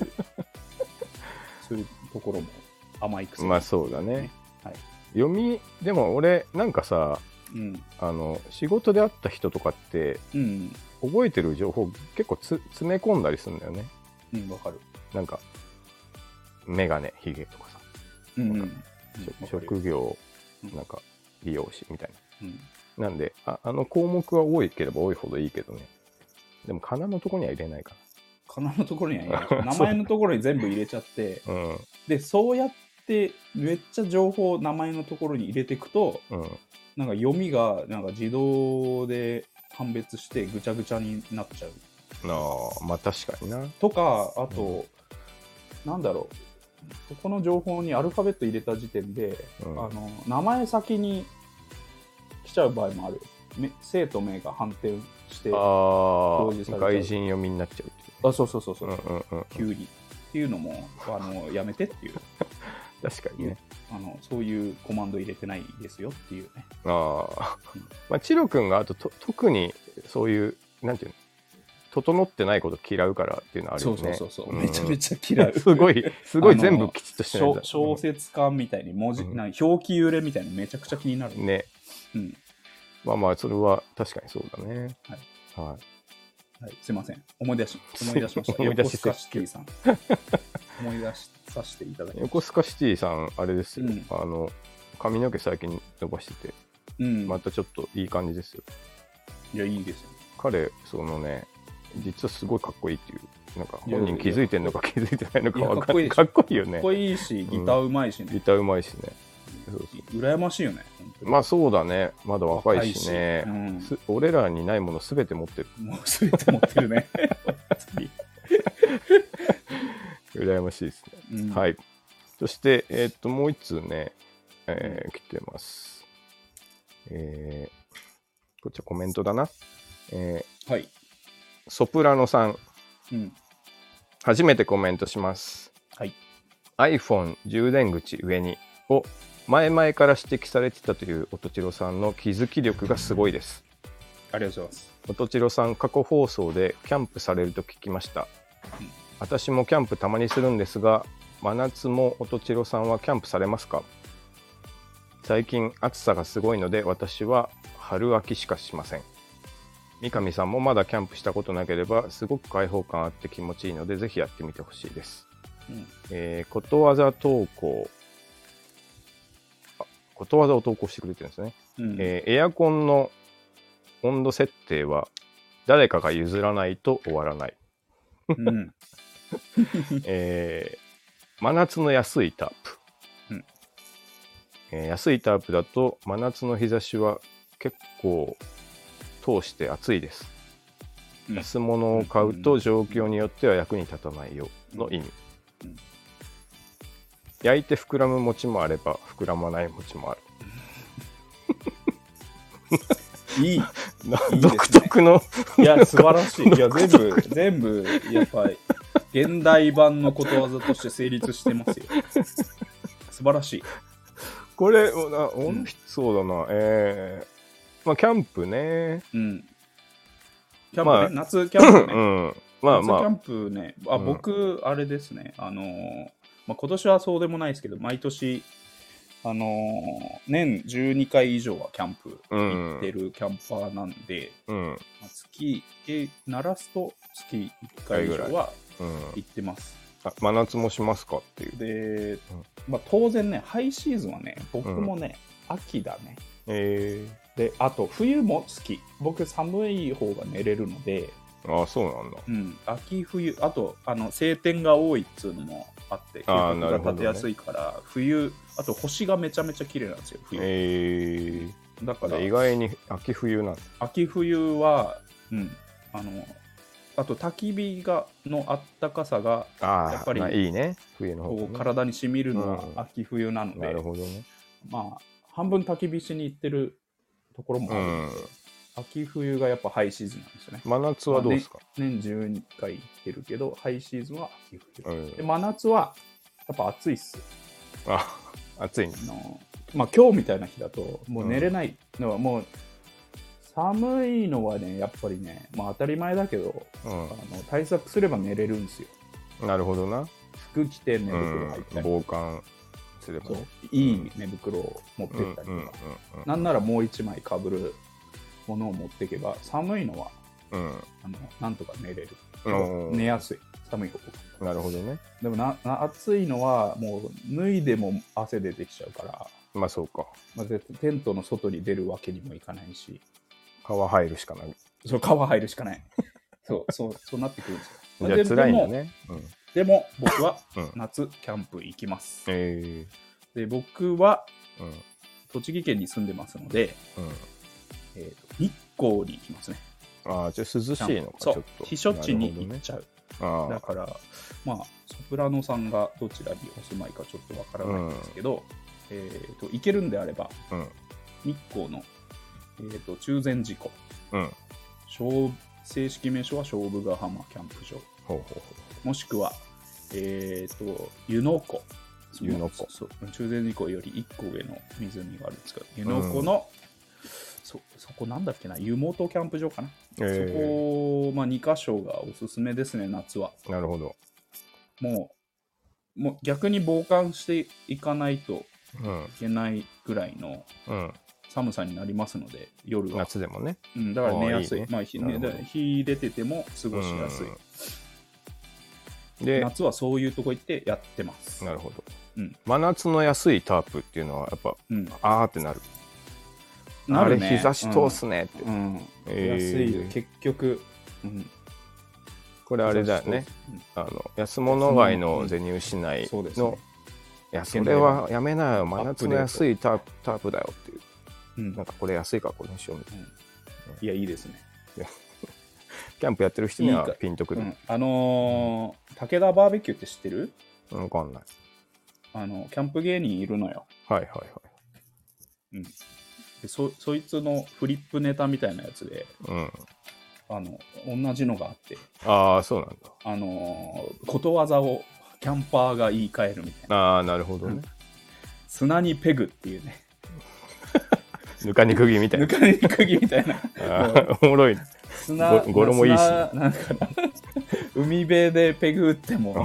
そういうところも甘いくせに
まあそうだね
はい
読みでも俺なんかさ
うん
あの仕事で会った人とかって
うん
覚えてる情報結構つ詰め込んだりするんだよね
うんわかる
なんかメガネヒゲとかさ
うんうんうんわ
わ
かるよ
職業
うん
なんか美容師みたい
うん
ななんでああの項目は多いければ多いほどいいけどねでもかなのとこには入れないか
かなのところには入 れちゃう名前のところに全部入れちゃって
なうん
でそうやってめっちゃ情報を名前のところに入れていくと
うん
なんか読みがなんか自動で判別してぐちゃぐちゃになっちゃう
なあまあ確かにな
とかあと、なんだろうここの情報にアルファベット入れた時点で、
うん
あの名前先に来ちゃう場合もあるめ生と名が反転して
あ
あ表示さ
ー
れちゃう
外人読みになっちゃうっていう
そうそうそうそう、
ねうんうんうん
急にっていうのもあのやめてっていう
確かにね
あのそういうコマンド入れてないですよっていうね。
ああ
うん
まあチロ君があとと特にそういうなんていうの整ってないこと嫌うからっていうのはあるよねん
めちゃめちゃ嫌い。
すごい、すごい
あの
全部きちっとしてないん
小
だ
小説家みたいに文字、
うん
なんか表記揺れみたいにめちゃくちゃ気になる。
ね。
うん
まあまあ、それは確かにそうだね。
はい
はい。
はい、すいません。思い出し思い出しました。
思い出し
横須賀シティさん。思い出しさせてい ただきま
横須賀シティさん、あれですよ、
うん
あの、髪の毛最近伸ばしてて、
うん、
またちょっといい感じですよ。
いや、いいですよ。
彼、そのね、実はすごいかっこいいっていう、なんか
いや
本人気づいてんのか気づいてないのか
いや
わかんない。
か
か
っ
っこいいよ
か
ね
っ。こいいし、ギターうまいしね。
ギターうまいしね。そうそう
羨ましいよね。本当に
まあそうだね、まだ若いしね
若。いし
す俺らにないものすべて持ってる。
うん、もうすべて持ってる ね。
羨ましいですね。
うん
はい。そして、えーっと、もう一通ね、えー来てます。えーこっちはコメントだな。え
はい。
ーソプラノさん、
うん。
初めてコメントします。
はい。
iPhone 充電口上にを前々から指摘されてたという音千代さんの気づき力がすごいです。
ありがとうございます。
音千代さん過去放送でキャンプされると聞きました
うん。
私もキャンプたまにするんですが、真夏も音千代さんはキャンプされますか最近暑さがすごいので私は春秋しかしません。三上さんもまだキャンプしたことなければすごく開放感あって気持ちいいのでぜひやってみてほしいです。
うん
えーことわざ投稿あことわざを投稿してくれてるんですね、
うん
えーエアコンの温度設定は誰かが譲らないと終わらない、
うん
えー真夏の安いタープ、
うん
えー安いタープだと真夏の日差しは結構通して暑いです、
うん
安物を買うと状況によっては役に立たないよの意味、
うん
焼いて膨らむ餅もあれば膨らまない餅もある
いい。
な
ですね
独特の
いや、素晴らしい。いや、全部、全部、やっぱり、現代版のことわざとして成立してますよ。素晴らしい。
これおなお
うん
そうだなえー、まあキャンプね
うん。キャンプね、
まあ
夏キャンプ
う
ね。
んまあ
夏
ま
キャ
あ
ンプね。あ、
うん
僕、あれですね。あのーまあ、今年はそうでもないですけど、毎年、あのー年12回以上はキャンプ
うん
行ってるキャンパーなんで、
うんうん
まあ月、え、鳴らすと月1回以上は行ってます。
あ真夏もしますかっていう
で、まあ、当然ね、ハイシーズンはね、僕もね、秋だね。
え
で、あと冬も好き。僕、寒い方が寝れるので、
ー、あそうなんだ
うん、秋、冬、あとあの晴天が多いっつうのもあって、計
あー
画
なる
が
ほどね
立てやすいから、冬、あと星がめちゃめちゃ綺麗なんですよ、冬。
え
だか
ー、
ら、
意外に秋冬なんだ
秋、冬は、うん、あの、あと焚き火がのあったかさが、
あー
やっぱり
まあいいね冬の方
こう
がね、
体に染みるの
うん
は秋、冬なので、
なるほどね
まあ、半分焚き火しに行ってるところもあ
う
るんで
ん
秋冬がやっぱハイシーズンなんですよね。
真夏はどうですか、
年12回行ってるけど、ハイシーズンは秋冬。
うん
で、真夏はやっぱ暑いっす。
あ 暑いね
あのまあ、今日みたいな日だと、もう寝れないのはもう、寒いのはね、やっぱりね、まあ当たり前だけど、あ
う
の対策すれば寝れるんですよ。
んなるほどな、
服着て寝
う
袋
ん
入った、り、
防寒すれば
そう
ね
いい寝袋を持って
うん
っ
うん
たりとか、
うん
なんならもう1枚かぶるものを持っていけば、寒いのは
うんうん
あのなんとか寝れる。
うん
寝やすい。寒い方が。
なるほどね。
でもなな暑いのはもう脱いでも汗出てきちゃうから、
まあそうか。
まあ、絶対テントの外に出るわけにもいかないし、
川入るしかない。
そう川入るしか ない。そう、そう、そうなってくるんですよ。
じゃ
で
あ辛いんだ
でも
ね。うん。
でも僕は
うん
夏キャンプ行きます。
え
で、僕は
えうん。
栃木県に住んでますので、
うん。
えーと日光に行きますね。
ああ、じゃあ涼しいのか、ち
そ
ょっ
う
と。、
避暑地に
なるほど
行っ
ね。
ちゃう。
あ
だから、まあ、ソプラノさんがどちらにお住まいかちょっとわからないんですけど、えーと行けるんであれば、
あ。うん。
日光の、えー、と中禅寺湖
うん。
小正式名称は勝負ヶ浜キャンプ場
ほうほうほ
もしくは、えー、と湯ノ湖
湯ノ湖
そう中禅寺湖より1個上の湖があるんですけど湯ノ湖の、そそこなんだっけな湯本キャンプ場かな、
う。え
そ
え
こ、まあ、2箇所がおすすめですね夏は
なるほど。
もうもう逆に防寒していかないと
うん
い。けないぐらいの
うん。
寒さになりますので夜は
夏でもね。
うん、だから寝やすい。
ああいいね
まあ、日
なる
ね
ほど
だ日出てても過ごしやすい。
うん。で、
夏はそういうとこ行ってやってます。
なるほど
うん。
真夏の安いタープっていうのは、やっぱ、
うん、
あーってなる。
なる
あ
ね
れ、日差し通、すねって
う。んうん
え
安
え
いよ、結局。うん、
これあれだよね。あの、安物買いのゼニウ市
うん。
内
そうです、
の
ね。
いや、それはやめなよ。真夏の安いタープタープだよっていう。
うん
なんかこれ安いからこれにしようみたい
いや、いいですね。
な。キャンプやってる人に
いい
は
か
ピンとく
う
る。
ん、あのー、武田バーベキューって知ってる
うんわかんない。
あのキャンプ芸人いるのよ。
はいはいはい。
うん、でそそいつのフリップネタみたいなやつで、
うん。
あの同じのがあって、
ああ、そうなんだ。
あのーことわざをキャンパーが言い換えるみたいな。
ああ、なるほどね。
砂にペグっていうね、
ぬかに釘みたい
ぬ
な。
かに釘みたいな、
あーおもろい。
砂、
ご語呂もいいし
砂なんかな海辺でペグ打っても、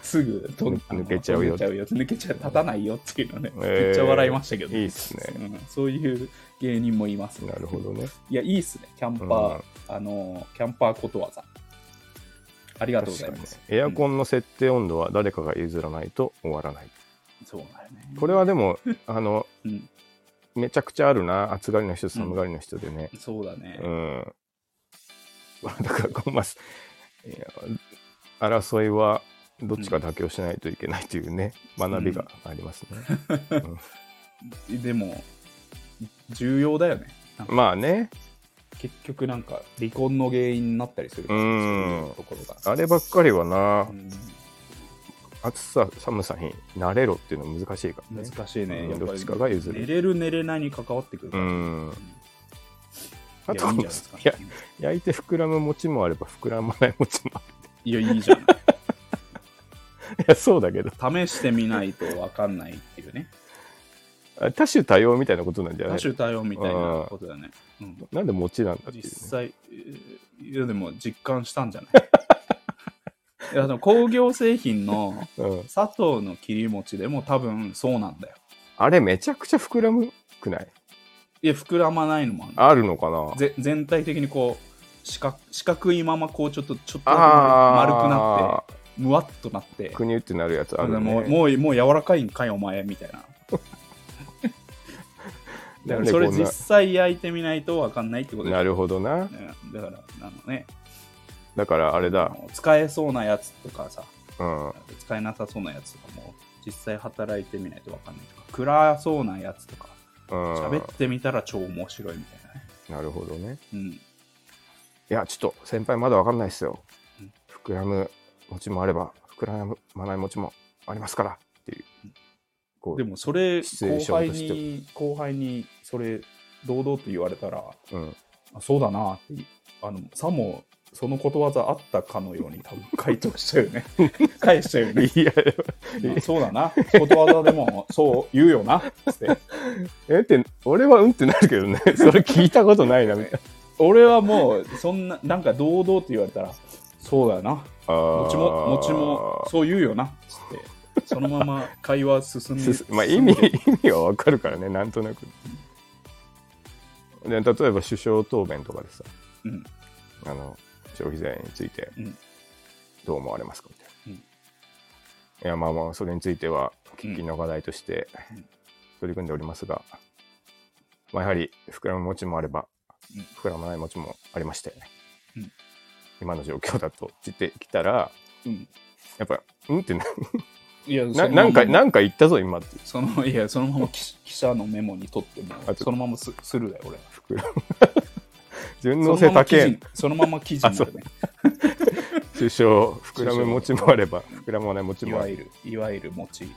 すぐと
抜けちゃう
抜け
よ
ちゃうよ。抜けちゃう、立たないよっていうのね、
えー
めっちゃ笑いましたけど、
いいっすね。
うんそういう芸人もいますね
なるほどね。
いや、いいっすね、キャンパー、あの、キャンパーことわざ。ありがとうございます。
エアコンの設定温度は誰かが譲らないと終わらない。
そうだよね。
これは でも、あの、
うん、
めちゃくちゃあるな。暑がりの人、寒がりの人でね。
そうだね。
うん。だから、こんます。いや争いは、どっちか妥協しないといけないというね、学びがありますね。
でも、重要だよね。なんか
まあね、
結局、なんか、離婚の原因になったりするから
う
そうんいうところが。
あればっかりはな
う、ん
暑さ、寒さに慣れろっていうのは難しいからね。
難しいね。
うん
やっぱり
どっちかが譲る
寝れる、寝れないに関わってくる
う
から。
ん。あ
い
と
やいいんじゃない
い
ですかね
や、焼いて膨らむ餅もあれば膨らまない餅もあ
いや、いいじゃな
る。いや、そうだけど、
い。試してみないと分かんないっていうね。
あ多種多様みたいなことなんじゃな
多
い
種多様みたいなことだね。うん
なんで餅なんだっていう、ね。
実際、えーいやでも実感したんじゃない いやでも工業製品の
うん。
砂糖の切り餅でも多分そうなんだよ。
あれ、めちゃくちゃ膨らむくない
いや、膨らまないのもある
あるのかな
ぜ全体的にこう四角、四角いままこうちょっとちょっとだけ丸くなっ
あー
て、むわっとなって、
くにゅってなるやつあるね。
もうもうもう柔らかいんかいお前みたいな。だから
なんで
そ
こん
れ
な
実際焼いてみないとわかんないってこと
な
る
るほどな。
だから、あのね、
だからあれ
あ
だ。
の使えそうなやつとかさ、
うん。
使えなさそうなやつとかも実際働いてみないと分かんないとか暗そうなやつとか
うん、
喋ってみたら超面白いみたいなね
なるほどね。
うん
いや、ちょっと先輩まだわかんないっすよ
うん。
膨らむ餅もあれば、膨らまない餅もありますからっていう。こう
でもそれ
シチュエー
後
ショ
輩
ンとして
に後輩にそれ堂々と言われたら
うん、
あそうだなってあのさもそのことわざあったかのように多分 回答しちゃうよね返しちゃうよね
いや、
あそうだなことわざでもそう言うよなって
えって、俺はうんってなるけどね、それ聞いたことないな、みたい
俺はもうそんななんか堂々と言われたらそうだよな
な。
もちも、もちも、そう言うよな、つって。そのまま会話進んで。
すまあ、意味、意味はわかるからね、なんとなく。で例えば、首相答弁とかでさ、
うん。
あの、消費税について
うん、
どう思われますかみたいな。
うん
いや、まあまあ、それについては、喫緊の課題として
うん
取り組んでおりますが、まあ、やはり、膨らむ餅もあれば
うん、
膨らまない餅もありまして、
うん
今の状況だと、って言ってきたら、
うん。
やっぱ、うんってな、
いや、
ななんか、なんか言ったぞ、今って。
その、いや、そのまま記記者のメモに取っても
あ、ちょ
そのまますするだよ、俺。
膨ら む。順
そ
応
の
性
まま記
高
事
え
に。、そのまま記事になるね。
首相、膨らむ餅もあれば、膨らまない餅
い
もあ
わ
る。
ゆる、いわゆる餅。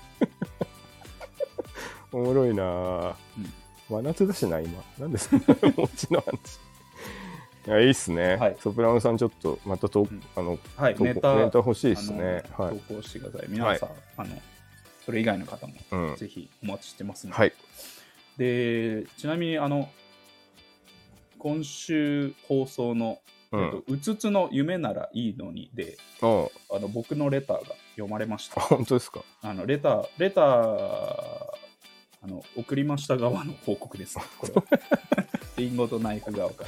おもろいなぁ
うん
真夏だしな、今。なんで そんな餅の話。いや、いいっすね。
はい
ソプラノさん、ちょっと、またと、
ん
あの、
はい、
投稿
ネタ、
ネタ欲しいっすね。
あの
はい。
投稿してください。皆さん、あの、それ以外の方も、
うん。
ぜひお待ちしてますので
はい。
で、ちなみに、あの、今週放送の、
うん。
えっとうつつの夢ならいいのにで、
ああ
あの僕のレターが読まれました。
本当ですか。
あのレター、レター、あの送りました側の報告です。こ れはリンゴとナイフ側か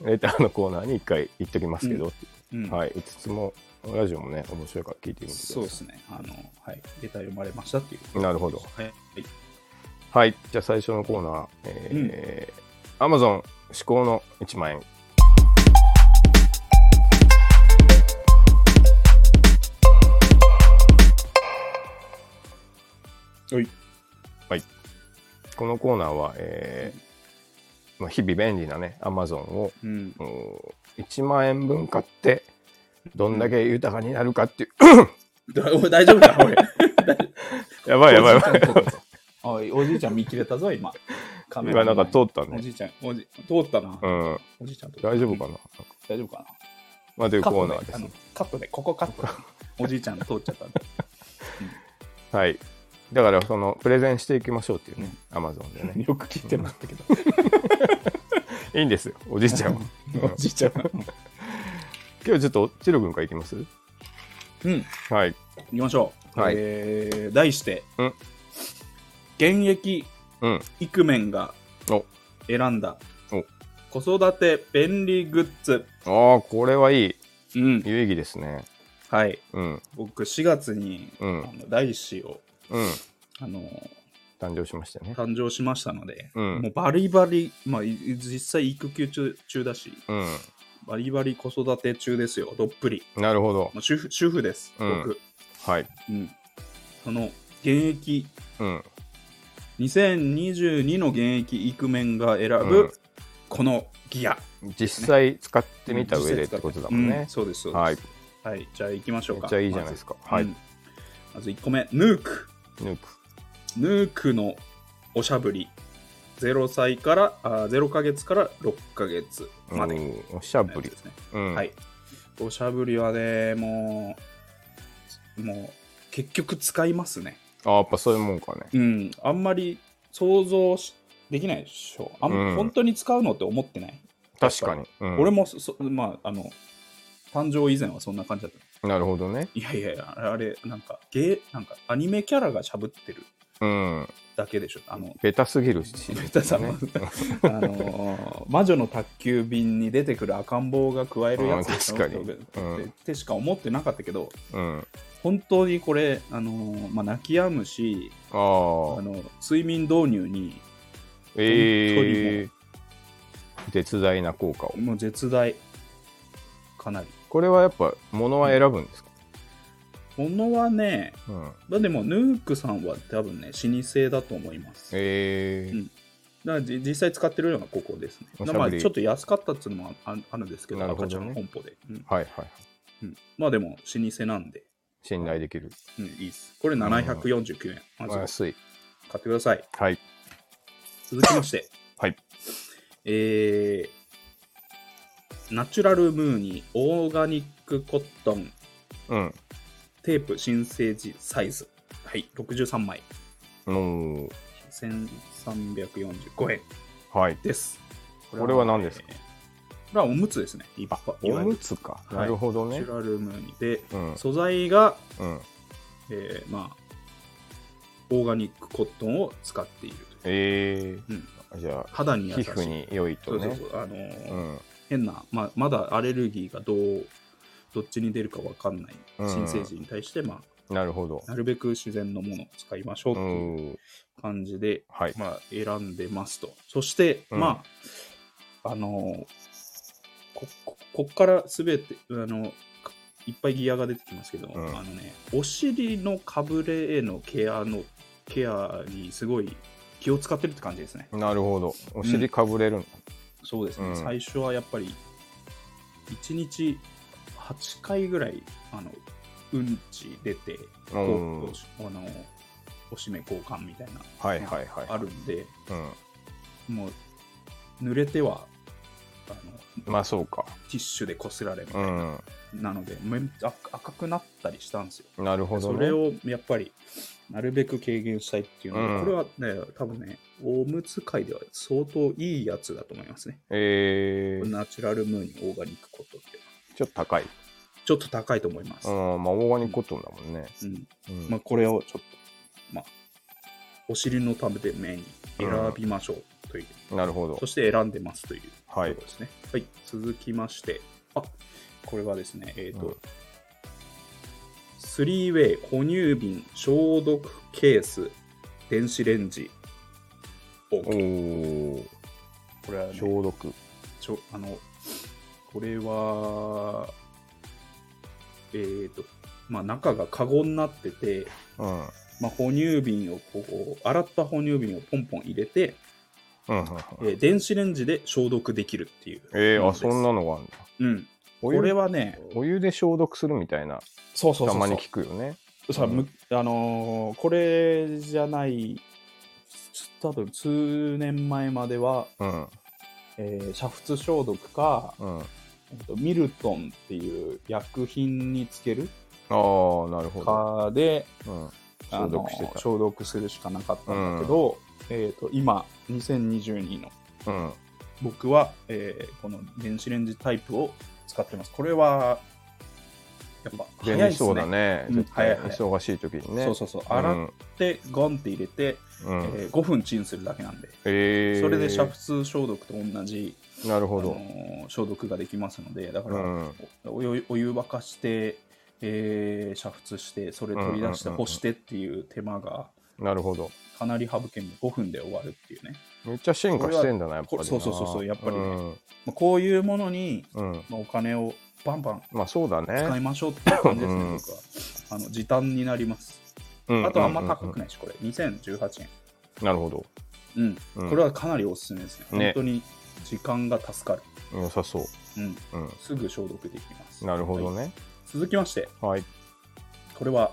ら。
レターのコーナーに一回言っときますけど、
うん
はい。5つも、ラジオもね、面白いから聞いてみてください。
そうですねあの、はい。レター読まれましたっていう。
なるほど。
はい。はい
はい。じゃあ最初のコーナー。えー Amazon 至高の1万円。
おい
このコーナーは、えーまあ、日々便利なね、Amazon を
うん
う。ーん1万円分買って、どんだけ豊かになるかっていう。
だ おい大丈夫かおい。
やばいやば
お
いや
じ
ば
いちゃん通
い。
ったぞおい、おじいちゃん見切れたぞ、今。カメ
今
ラ
な
の
んか
前
通った
お
ね。
じいちゃん、おじ通ったな
う。ん。
おじいちゃん通った
大丈夫かな
大丈夫かな
まあ、という
カ
コー
ッ
ナ
ト
ー
で
で
あ
す
の。カットで、ここカット。おじいちゃん通っちゃったんで。
はい。だからそのプレゼンしていきましょうっていうね、アマゾンでね。
よく聞いてもらったけど、
いいんですよ、おじいちゃんは。うん
おじいちゃんは。
今日ちょっと、チロ君からいきます
うん、
はい。
行きましょう。
はい
えー題して、
うん
現役
うん。
イクメンが
お
選んだ
お
子育て便利グッズ。
ああ、これはいい。
うん、
有意義ですね。
はい。
うん。
僕、4月に、
うん
あの第子を、
うん。
あの
誕生しましたね。
誕生しましたので、
うん
もうバリバリ、まあ、い実際育休中中だし、
うん。
バリバリ子育て中ですよ、どっぷり。
なるほど。
もう主婦主婦です、
うん
僕。
はい。
うん。その、現役
うん。
2022の現役イクメンが選
うん
ぶこのギア、
実際使ってみた上でってことだもん
う
ね。
そうですそうです
は
は
い。
い、じゃあ行きましょ
め
う
っ
か
ちゃいいじゃないですか。
まず
はい。
う
ヌ
んまず1個目ヌーク
ーク。
ヌークのおしゃぶり0歳からあー0ヶ月から6ヶ月までの
うんおしゃ
や
ぶ
つ
り
で。すね、
うん。
はいおしゃぶりはねもうもう結局使いますね
ああ、やっぱそういうもんかね。
うんあんまり想像しできないでしょあん、
うん
本当に使うのって思ってない
確かに。うん
俺もそそまああの誕生以前はそんな感じだった
なるほどね。
いやいやいやあれなんかゲーなんかアニメキャラがしゃぶってる
うん。
だけでしょあの
ベタすぎるし。
ベタさんは あのー魔女の宅急便に出てくる赤ん坊が加えるやつでしょ
あー確かに
って
うん
ってしか思ってなかったけど
うん。あ
本当にこれ、あのーまあ、泣き止むし
あ
あ
ー。
の睡眠導入に
ええ。絶大な効果を。
もう絶大かなり
これはやっぱ、ものは選ぶんですか
ものはね
うん。
まあでもヌークさんは多分ね老舗だと思います
え
うんだからじ実際使ってるのがここですね。
おしゃぶり
まあ、ちょっと安かったっていうのもああるんですけど、
なるほ
赤ち
どね
ゃんの本舗で、うん
え。はいはい。
うんまあでも、老舗なんで、
信頼できる。
うん、いいです。これ749円。まずは
安い。
買ってください。
はい。
続きまして、
はい。
えー、ナチュラルムーにオーガニックコットン
うん。
テープ新生児サイズ。はい、63枚。
うん。
1345円
はい。
です。
これは何ですか
えーこれはおむつですね。いっぱい。い
お
わゆ
む
る
つか。
はい
なるほど
ナチ
ね。
ュラルムーニで、
うん。
素材が、
うん。
えーまあ、オーガニックコットンを使っているという
え
うん、
え。じゃあ、
肌に優し
皮
い
膚に良い
そ
と
うそう
ね
そ。う、あのー
うん。
変な、まあ、まだアレルギーがどうどっちに出るかわかんない
うん
新生児に対して、ま
なるほど
あ、。なるべく自然のものを使いましょう
う。
というん感じで、
はい。
まあ、選んでますとそして、
うん
まああのーこここっからすべてあのいっぱいギアが出てきますけど、
うん
あのねお尻のかぶれへのケアのケアにすごい気を使ってるって感じですね
なるほど。お尻かぶれるの。
そうですね、
うん
最初はやっぱり1日8回ぐらいあのうんち出てこ
うん
うおしあのおしめ交換みたいな
はいはいはい。
あるんで
うん。
もう濡れてはあの、
まあそうか。
ティッシュでこすられみたいな,、
う
なのでめあ赤くなったりしたんですよ
ん。なるほど
そ
ね。
れをやっぱりなるべく軽減したいっていうので、
うん
これはね多分ねおむつ界では相当いいやつだと思いますね
ええ。
ナチュラルムーンにオーガニックコットンって
ちょっと高い。
ちょっと高いと思います
うん。。まあ、オーガニックコットンだもんね。
うん
うん
まあ、これをちょっと、まあ、お尻のためで目に選びましょうという、
なるほど
そ。して選んでますという
は
と
い
ころ。ですね。はい、続きまして、あこれはですね、えっ、
うん
と、スリーウェイ、哺乳瓶、消毒ケース、電子レンジ、
お
OK。
お。
これは、ね、
消毒。
ちょあのこれはえっ、とまあ中がカゴになってて、
うん。うん
まあ、哺乳瓶をこう洗った哺乳瓶をポンポン入れて、
うんうん。
えー電子レンジで消毒できるっていう
ええ
もの
あ、
です
そんなのがあるんだ。
うんこ
お湯
れはね
お湯で消毒するみたいな、
そうそう
た
そう
まに聞くよね。
さ
うん
むあのーこれじゃない多分数年前までは、
うん。
えー煮沸消毒か、
うん。あ
えっとミルトンっていう薬品につける
あ、なるほど。
かで
うん。
あの
消毒してた
消毒するしかなかったんだけど、えー、と今2022の
うん
僕は、えーこの電子レンジタイプを使ってますこれはやっぱ
便
早い
利
で
そ
す
うだ
ね
ね
うん
絶対
早い早い
忙しい時にね
そうそうそう洗ってゴンって入れて、
うんうん
えー5分チンするだけなんで、
えー
それで煮沸消毒と同じ、
なる
あ
ほ
の
ど
ー消毒ができますのでだから、
うん
お湯お湯沸かして、えー煮沸してそれ取り出して
うんうんうんう
干
ん
してっていう手間が
なるほど
かなり省けんで5分で終わるっていうね、
めっちゃ進化してんだなやっぱ
こ
りな
れそうそうそうそうやっぱりね
うん
まあ、こういうものに、
うん
まあ、お金をバンバン
まあそうだ
使い
ね
ましょうっていう感じですね、
うん
僕はあの時短になりますあとあんま高く
い
ないしこれ2018円
なるほど
うん、
うん
これはかなりおすすめですね本
ね
当に時間が助かる、
良さそう
うん、
う
すぐ消毒できます
んなるほど
はい
ね
続きまして
はい
これは、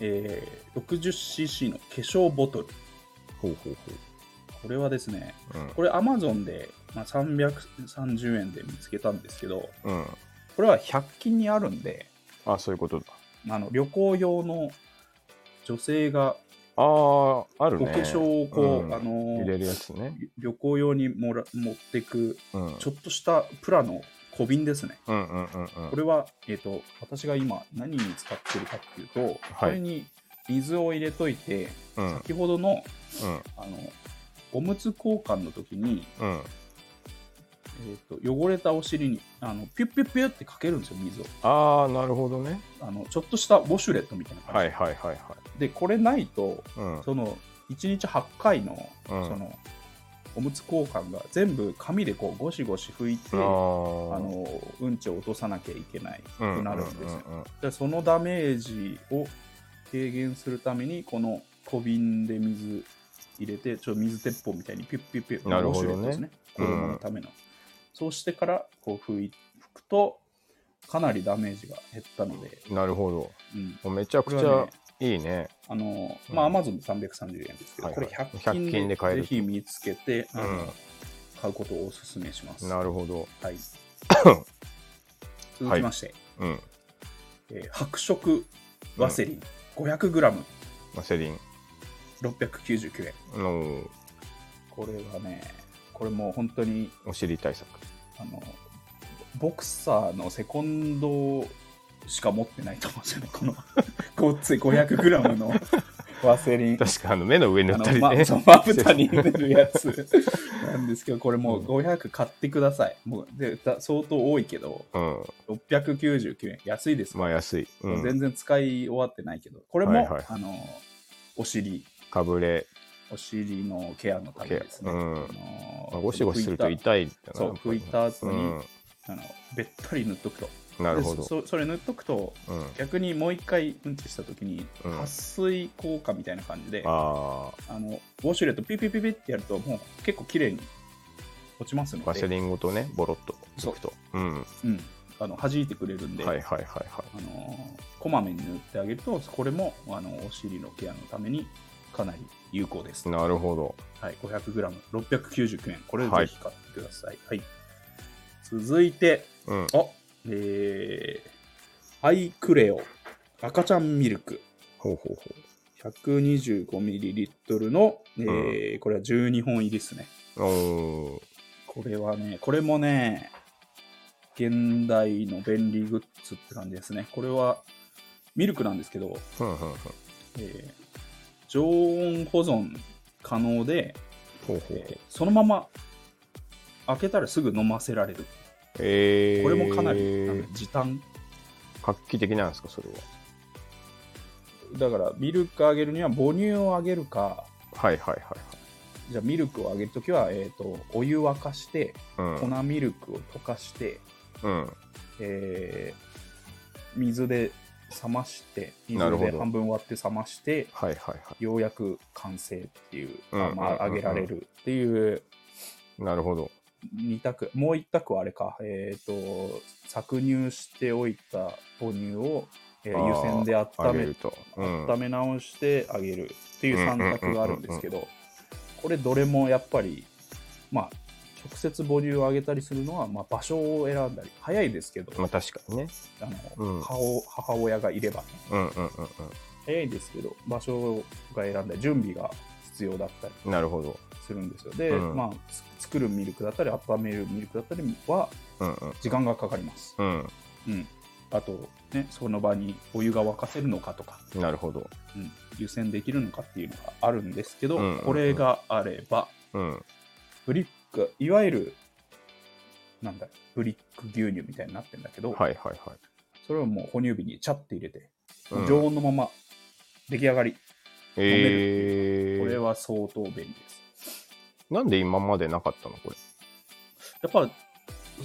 えー 60cc の化粧ボトル
ほうほう
これはですね
ほう
これ Amazon で、まあ、330円で見つけたんですけど
うんうん
これは100均にあるんで
あそういうことだ
あの旅行用の女性が
あーある
お
ね
化粧をこう、
うん
あのー
入れるやつね
旅行用にもら持ってく
うん
ちょっとしたプラの小瓶ですね。
うんうんうんうん
これは、えー、と私が今何に使ってるかっていうと、これに水を入れといて
うん
先ほどの
うん
あのおむつ交換の時に、
うん
えー、と汚れたお尻にあのピュッピュッピュッってかけるんですよ水を
ああなるほどね
あのちょっとしたウォシュレットみたいな感じ
はいはいはいはい
でこれないと
うん
その1日8回の,、
うん
そのおむつ交換が全部紙でこうゴシゴシ拭いて
あ
あ
ー
のうんちを落とさなきゃいけないく
うん
なるんですよ、
うんうん
でそのダメージを軽減するためにこの小瓶で水入れてちょっと水鉄砲みたいにピュッピュッピュッ
なるほどね
ウォシュレットですね子供のための、そうしてからこう拭い拭くとかなりダメージが減ったので、
うんなるほど
うん、
もうめちゃ
こ
く
れ
ち
は
ゃ
ね
いいね
あの、
うん
まあ、アマゾンで330円ですけど、
はい
こ
は
れ
い
100均
100均
で
で買える
ぜひ見つけて、あの
うん
買うことをおすすめします。
なるほど
はい、続きまして、
うん
えー白色ワセリン 500g699
まあセリン
円。
の
これはね、これもう本当に
お尻対策
あのボクサーのセコンドしか持ってないと思うんですよね、 このごっつい 500g のワセリン。
確かあの目の上に塗
あ
った
の
り
ま
ね
そうまぶたに出るやつなんですけどこれもう500買ってくださいもうでだ相当多いけど
うん
699円安いです、
まあ安いうん
全然使い終わってないけどこれも、
はいはい
あのお尻
かぶれ
お尻のケアのためですね、
ケアうん
あの
まあゴシゴシすると
拭い
痛いんだな
そう
やっぱり
拭いた後に
う
たあのべったり塗っとくと
んなるほ
で
ど
そそれ塗っとくと
うんあ
逆にもう一回うんちした時に
うん
撥水効果みたいな感じで、
あ
あのウォシュレットピピピピってやるともう結構綺麗に落ちますの
ーワセ
で、
リンごとねボロッと
そう
拭くとうんは
うん、あの弾いてくれるん
い
で、
はいはいは
あのこまめに塗ってあげるとこれもあのお尻のケアのためにかなり有効です
い、なるほど
はい、500g699 円これ
は
ぜ
い
ひ買ってください、はい続いて
うん
あえー、アイクレオ赤ちゃんミルク
ほうほうほ
125ml の、えーこれは12本入りですね
うおー
これはね、これもね、現代の便利グッズって感じですね。これはミルクなんですけど、
ふんふんふん
えー常温保存可能で、
ほうほうほ
え
う
ーそのまま開けたらすぐ飲ませられる。
えー、
これもかなり、あの時短。
画期的なんですかそれは
だからミルクあげるには母乳をあげるか、
はいはい
じゃあミルクをあげるときは、えーと、お湯沸かして、
はいはい
粉ミルクを溶かして、
うん、うん、
えー水で冷まして水
なるほ
で
ど
半分割って冷まして
はいはいは
ようやく完成っていう、
うん
あま
うんうん
あ、
うん
揚げられるっていう
いなるほど
2択もう1択はあれかえっ、と搾乳しておいた母乳を、えー
あー
湯煎で温
あげ
め
ると、うん、
温め直してあげるっていう3択があるんですけどこれどれもやっぱりまあ直接母乳をあげたりするのは、まあ、場所を選んだり早いですけど、
まあ確かにね
あの
うん
母母親がいればね
うんうんうんうん
早いですけど場所が選んだり準備が必要だったり
なるほど。
するんですよで、
うん
まあ、つ作るミルクだったり温めるミルクだったりは
うんうん。
時間がかかります、
うん。
うん、あと、ね、その場にお湯が沸かせるのかとか、
なるほど。
うん、湯煎できるのかっていうのがあるんですけど、
うんうんうん
これがあれば
うん。
ブリックいわゆるなんだブリック牛乳みたいになってんだけど、
はいはいはい。
それをもう哺乳瓶にチャッて入れて、
うん
常温のまま出来上がり
え
これ
ー、
は相当便利です。
なんで今までなかったのこれ。
やっぱ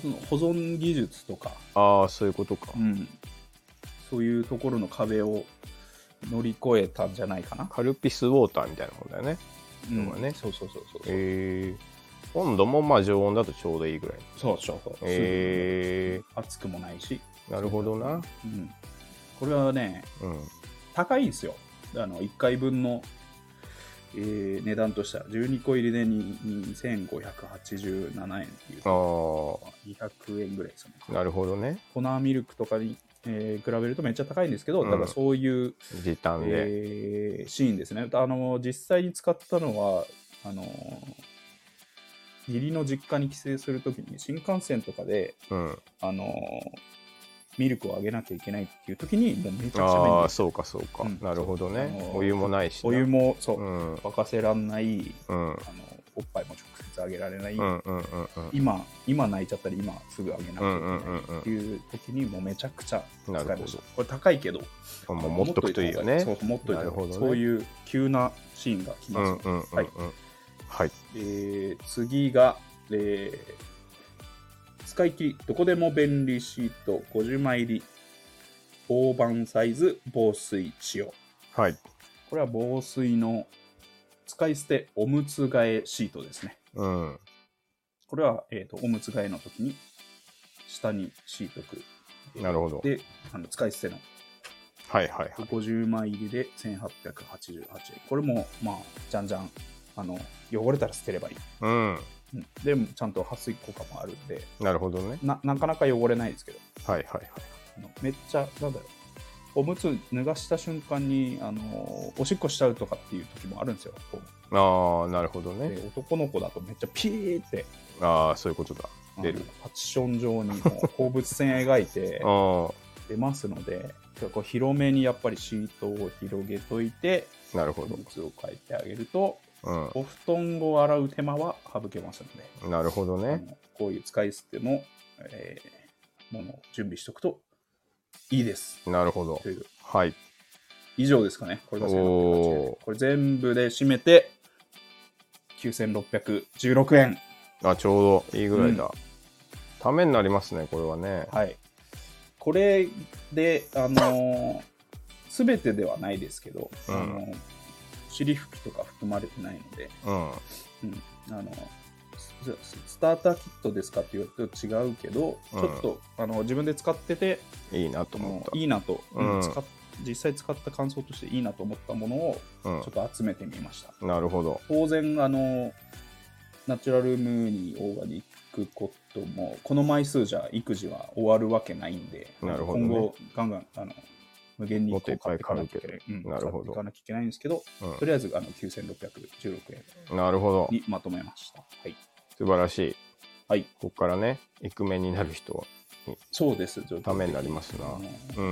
その保存技術とか、
ああ、そういうことか。
うん、そういうところの壁を乗り越えたんじゃないかな。
カルピスウォーターみたいなもんだよね。
うん
そうだね
そうそうそうそう。
えー、温度もまあ常温だとちょうどいいぐらい。
そうそうそう。
え
熱くもないし、
ー、なるほどな。
うん、これはね、
うん。
高いんですよ。あの1回分の、えー値段としたら12個入りでに2587円っていう
あー、
200円ぐらいですよね。
なるほどね。
粉ミルクとかに、えー比べるとめっちゃ高いんですけど、
うん
だからそういう、
時短で。
えーシーンですね。あの実際に使ったのはあの義理の実家に帰省するときに新幹線とかで
うん。
あのミルクをあげなきゃいけないっていうときにもうめちゃくちゃ
あ
便
あ、そうかそうか。
うん
なるほどね
そうあ。のー
お湯もないし
利。
な。
お湯もそう、
うん。
沸かせらんない
うん。
あのおっぱいも直接あげられない、
うんうんうんうん。
今今泣いちゃったり今すぐあげなきゃいけないっていうときにもうめちゃくちゃ使
な
え
る
ま
ほ
した。
ど
これ高いけど
あもう持っとくといいよね。
そう、持っとい
な
た
る
方が
ほ
い
ど
い
ね
そういう急なシーンが来
うん
ます。
うんうん
はい
うん。はい。
えー次が、えー使い切り、どこでも便利シート50枚入り、大判サイズ防水仕様。
はい。
これは防水の使い捨ておむつ替えシートですね。
うん。
これは、えー、とおむつ替えの時に下に敷いとく。
なるほど。
で、あの使い捨ての
はいはいはい。
50枚入りで1888円。これも、まあ、じゃんじゃん、あの、汚れたら捨てればいい。
うん。
うん、でも、ちゃんと撥水効果もあるんで、
なるほどね。
な、なかなか汚れないですけど、
はいはいはい。
あのめっちゃ、なんだろう。おむつ脱がした瞬間に、あの、おしっこしちゃうとかっていう時もあるんですよ。こう
ああ、なるほどね。
で男の子だとめっちゃピーって、
ああ、そういうことだ。
あの
出る
パッション状に もう放物線描いて
ああ、
出ますので、こう広めにやっぱりシートを広げといて、
なるほ
お
ど
む。つを変えてあげると、
う
お布団を洗う手間は省けますので、
ん。なるほど
あ
ね。
のこういう使い捨ての、えーものを準備しておくといいです。
なるほど
と。いう
はい。
以上ですかね。これが1680
お
円
ー
これ全部で締めて9616円。
あ、ちょうどいいぐらいだ。ためになりますね、これはね。
はい。これで、あのすべてではないですけど、
うん
あの尻拭きとか含まれてないので、
うん。
うん、あのスススターターキットですかって言われると違うけど、
うん
ちょっとあの自分で使ってて
いいなと
あ
思っ
の
た。
いいなと、
う
う
ん
ん使っ実際使った感想としていいなと思ったものを
う
ちょっと集めてみました、
ん。なるほど。
当然あのナチュラルムーニーオーガニックこともこの枚数じゃ育児は終わるわけないんで
なるほどね
今後ガンガンあの無限に
もっといっぱい
こう買っていかなきゃいけないう
買うけど
ん
なる
買っ
ほど
ていかなきゃいけないんですけど、とりあえずあの9616円
うん。なるほど。
にまとめました。はい
素晴らしい。
はい。
ここからね、イクメンになる人
そうです。
ためになりますな
あの
うん。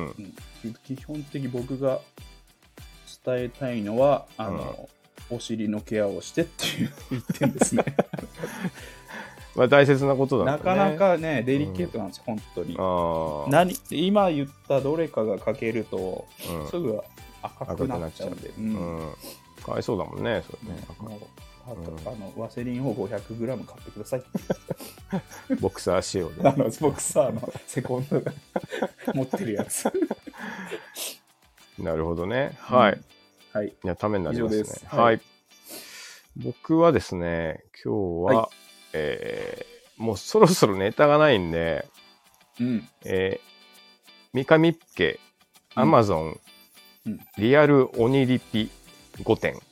うんき基本的に僕が伝えたいのは、あの、お尻のケアをしてっていう言ってん ですね。
まあ大切なことだ
な
ね。
かな。かね、デリケートなんですよ、本当に。
ああ。
何今言ったどれかが欠けると、
うん
すぐ赤くなっちゃうんで、う
うんん。かわいそうだもんね、それね。
もうあ
うん
あのワセリンを 500g 買ってくださいって
ボクサー仕様で。
あのボクサーのセコンドが持ってるやつ。
なるほどね。はい。
はい。
いや、ためになりますね。
以上です
はい、
は
僕はですね、今日は、
は
えーもうそろそろネタがないんで、
うん。
えー、三上家、アマゾン、
うん
リアル鬼リピ5点。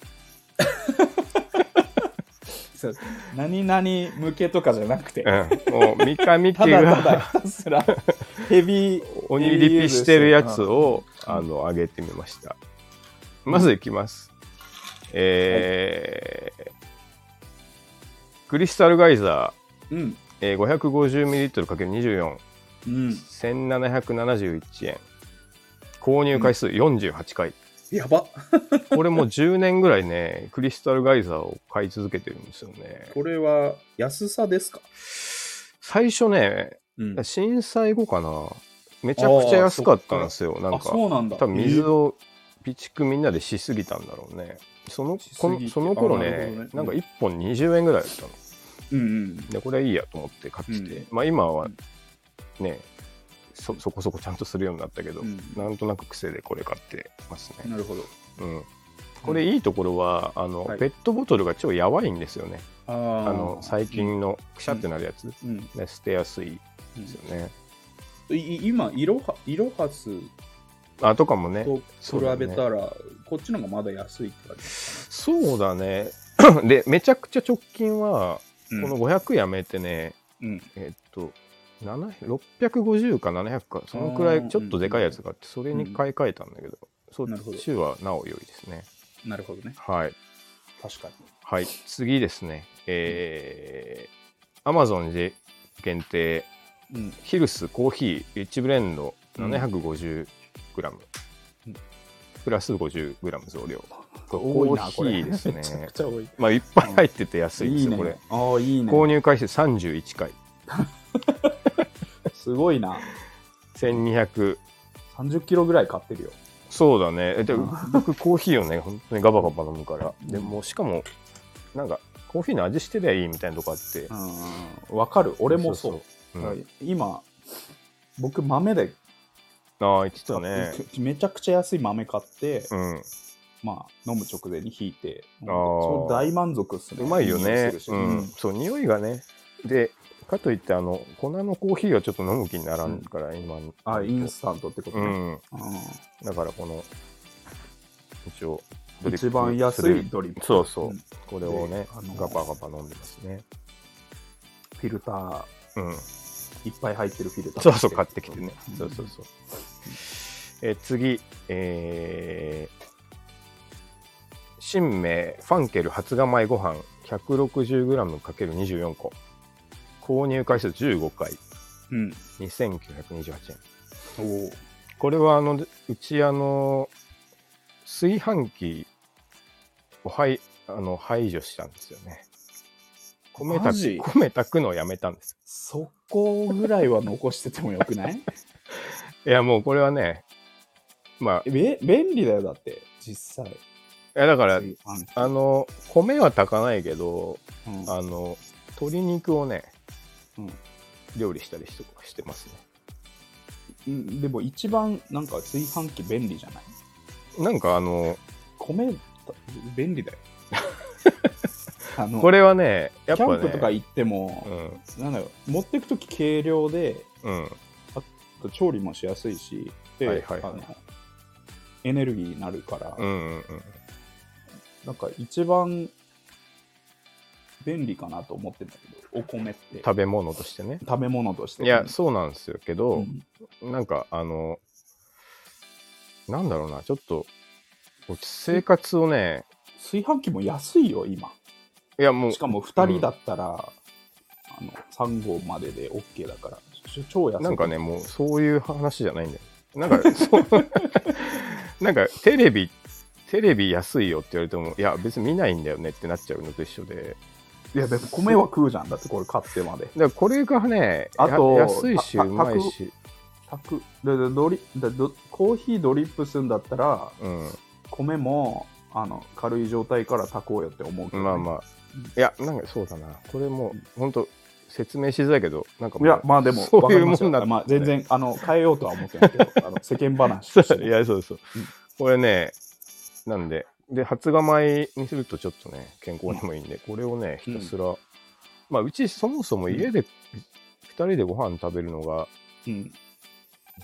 そう何々向けとかじゃなくて。
うんもう三上
た
家
だただ
が
ひたす らヘビー
鬼リピしてるやつを、
うん
あの、上げてみました。まずいきます。えークリスタルガイザ
うん。
ー、えー 550ml×24、
うん。
1771円。購入回数48回。
やば。
これもう10年ぐらいね、 クリスタルガイザーを買い続けてるんですよね。
これは安さですか
最初ね、
うん
震災後かな、めちゃくちゃ安かったんですよ。なん
あ、
か、
そうなんだ。
多分水を備蓄みんなでしすぎたんだろうね。その
しすぎて
このその頃
あなる
ね
ほどね
なんか1本20円ぐらいだったの。
えー。うん
で、これはいいやと思って買ってきて、
うん
まあ今はね、そそこそこちゃんとするようになったけど、
うん
なんとなく癖でこれ買ってます
うん。
ね。
なるほど。
うん、これいいところは、あの
はい
ペットボトルが超やばいんですよね。
あ
あ
ー
の最。近のくしゃってなるやつ、
うん。うん
ね捨てやすいですよね。
い今、いろは、いろはす
あとかもね、
と
そうだ
比
ね
べたら、こっちの方がまだ安いって感じ。
そうだね。 で、めちゃくちゃ直近は、この
こ
500やめてね、
うん。
えっと、700 650か700か、そのくら
あー
いちょっとでかいやつがあって、それに買い替えたんだけど、そ
なるほど
っちはなお良いですね。
なるほどね。
はい。
確かに。
はい、次ですね。えー、Amazon で限定、
うん。
ヒルスコーヒーリッチブレンド 750g、
うん
プラス 50g 増量。これ
多い
コ
なこれ
ーヒーです
めちゃ
ね
く。ちゃ多い。
まあ、いっぱい入ってて安いですよ、これ。。
ああ、いいね。
購入回数31回、
すごいな。
1200。
30キロぐらい買ってるよ。
そうだね。えで
うん
僕、コーヒーをね、本当にガバガバ飲むから。で
うん
もう、しかも、なんか、コーヒーの味してりゃいいみたいなとこあって。
うん。わかる。俺もそう。
そう。うん
はい今、僕、豆で
ああ、言って
買
た
っ
ね
て、。めちゃくちゃ安い豆買って、
うん。
まあ、飲む直前に引いて、
あー
そう大満足っすね。
うまいよ
匂
ね
する。し
う
うん
ん。そう、匂いがね。で、かといって、あの、粉のコーヒーはちょっと飲む気にならんから、今に。
あ、インスタントってこと
う
ね。
ん。
う
だから、この、一応、
ん一番安い。ドリップ。。
そうそううんこれをね
であの、
ガバガバ飲んでますね。
フィルター、
うん。
いっぱい入ってるフィルター。
そうそう、買ってきてね。
ん
そうそうそう。えー次、えー、新名ファンケル初釜米ご飯 160g×24 個。購入回数15回、
うん。
2928円。
おー
これは、あの、うち、あの、炊飯器をはいあの排除したんですよね。米
マ
炊
ジ
く米炊くのをやめたんです。
そこぐらいは残しててもよくない
いや、もうこれはね、まあ、い
べ便利だよ、だって、実際。
やだから、
炊飯器
あの米は炊かないけど
うん
あの鶏肉をね、
うん
料理したりしとかしてますね
うんでも一番なんか炊飯器便利じゃない
なんかあの
米た便利だ よあの
これはねやっぱ
キャ
ね
ンプとか行っても、なんだろう持ってく時軽量で
うんうん
調理もしやすいしで、
はいはいはい
あのエネルギーになるから、
うんうんうん
なんか一番便利かなと思ってんだけどお米って
食べ物としてね
食べ物として
いやそうなんですよけ
う
ど、
ん
なんかあのなんだろうなちょっとこう生活をね
炊飯器も安いよ今
いやもう
しかも2人だったら、あの3合までで OK だからちょ超安い
なんかね、もうそういう話じ ゃないんだよ。なんか、そう、 なんかテレビ、テレビ安いよって言われても、いや、別に見ないんだよねってなっちゃうのと一緒で、
いやでも米は食うじゃんだってこれ買ってまで
だからこれがね、
あと
や安いしたうまいし、
炊くででドリでどコーヒードリップするんだったら
う
米もあの軽い状態から炊こうよって思うけど
ん、
ね、
まあまあ、いや、なんかそうだな、これもう、本当説明しづらいけど、なんかも
いうやまあでも
そういうもん
だ
だ、
まあ、全然あの変えようとは思ってないけどあの世間話と してね
いや、そうそう
うん。
これね、なんで、で、初構えにするとちょっとね、健康にもいいんで、これをね、ひたすら、まあ、うちそもそも家で、二人でご飯食べるのが、
うん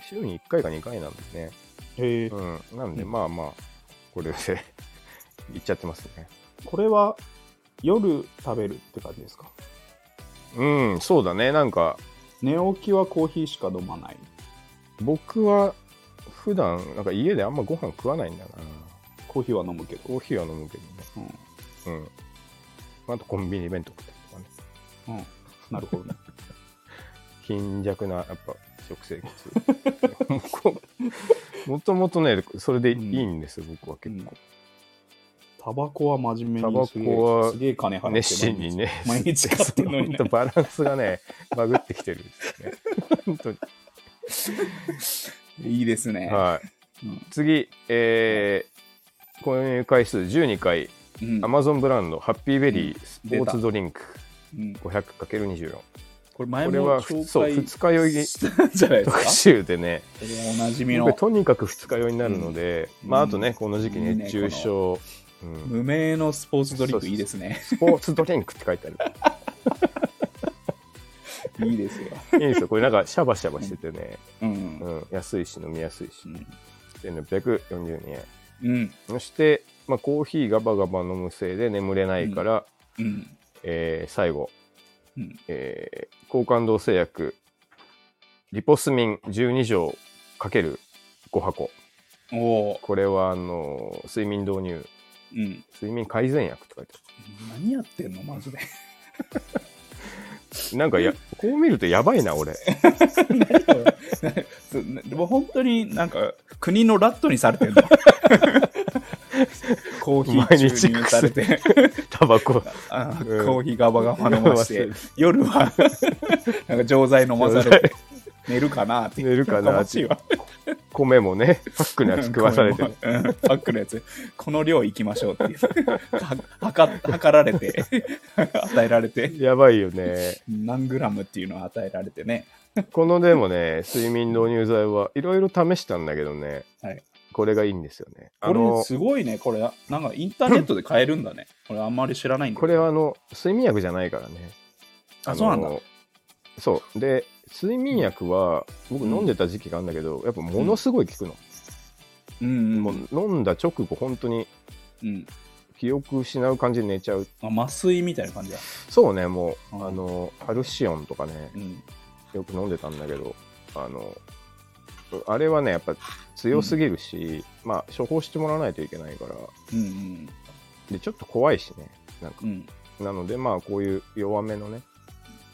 週に1回か2回なんでね。
へえ
うん。なんで、
うん
まあまあ、これで、 いっちゃってますね。
これは夜食べるって感じですか
うん、そうだね。なんか、
寝起きはコーヒーしか飲まない
僕は、普段、なんか家であんまご飯食わないんだな。
コーヒーは飲むけど。
コーヒーは飲むけどね。
うん。
うん。あとコンビニ弁当食ったりとかね。
うん。なるほ どね。
貧弱な、やっぱ、食生活。 もともとね、それでいいんですよ、僕は結構。
タバコは真面目に
タバコは
すげえ金払って
熱心にね、
毎日買ってるのにね
本当 バランスがね、バグってきてるんです よね。本当に。
いいですね。
はい。
うん
次、えー、購入回数12回、
うん
アマゾンブランド、ハッピーベリー、スポ
出
ー
た
ツドリンク、
うん、
500×24。
これ前
これ
も
は
紹介
そう二日酔いに
したんじゃないですか
特集でね、
これはおなじみ
やっぱ
の
りとにかく二日酔いになるので、
うん
まああとねこの時期熱中症、うん
無名のスポーツドリンクいいですね。
スポーツドリンクって書いてあ
いいですよ。
るいいですよこれなんかシャバシャバしててね、
うん
う。ん、安いし飲みやすいし
うん
1642円
うん。
そして、まあ、コーヒーガバガバ飲むせいで眠れないから、
うん。
えー最後、
うん
えー高感動製薬リポスミン12錠かける5箱
おお。
これはあのー睡眠導入
うん。
睡眠改善薬って書いてある
何やってんのマジで。
なんかや、こう見るとやばいな、俺。
でも本当になんか国のラットにされて んの。コーヒー注入されて、
タバ コ。
あー
うん
コーヒーガバガバ飲ま して、夜はなんか錠剤飲まされ て、寝るかなって。
寝るかな
悲
って
しいわ。
米もね、パックのやつ食わされ て
うん
る。
パックのやつ、この量行きましょうっていう。は測測られて、与えられて、
やばいよね。
何グラムっていうのを与えられてね。
このでもね、睡眠導入剤はいろいろ試したんだけどね、
はい
これがいいんですよね。あ
これ
の、
すごいね、これ。なんかインターネットで買えるんだね。これあんまり知らないんだ
こ
けど
れはあの、睡眠薬じゃないからね。
あ、
の
そうなんだ。
そう。で、睡眠薬は、僕飲んでた時期があるんだけど、やっぱものすごい効くの。
うん、うん。
もう飲んだ直後、本当に
うん
記憶失う感じで寝ちゃう。
あ麻酔みたいな感じだ。
そうね、もう、
うん
あの、カルシオンとかね、
うん。
よく飲んでたんだけどあのあれはねやっぱ強すぎるし、まあ処方してもらわないといけないから
うん
でちょっと怖いしねなんか
うん。うん。
なのでまあこういう弱めのね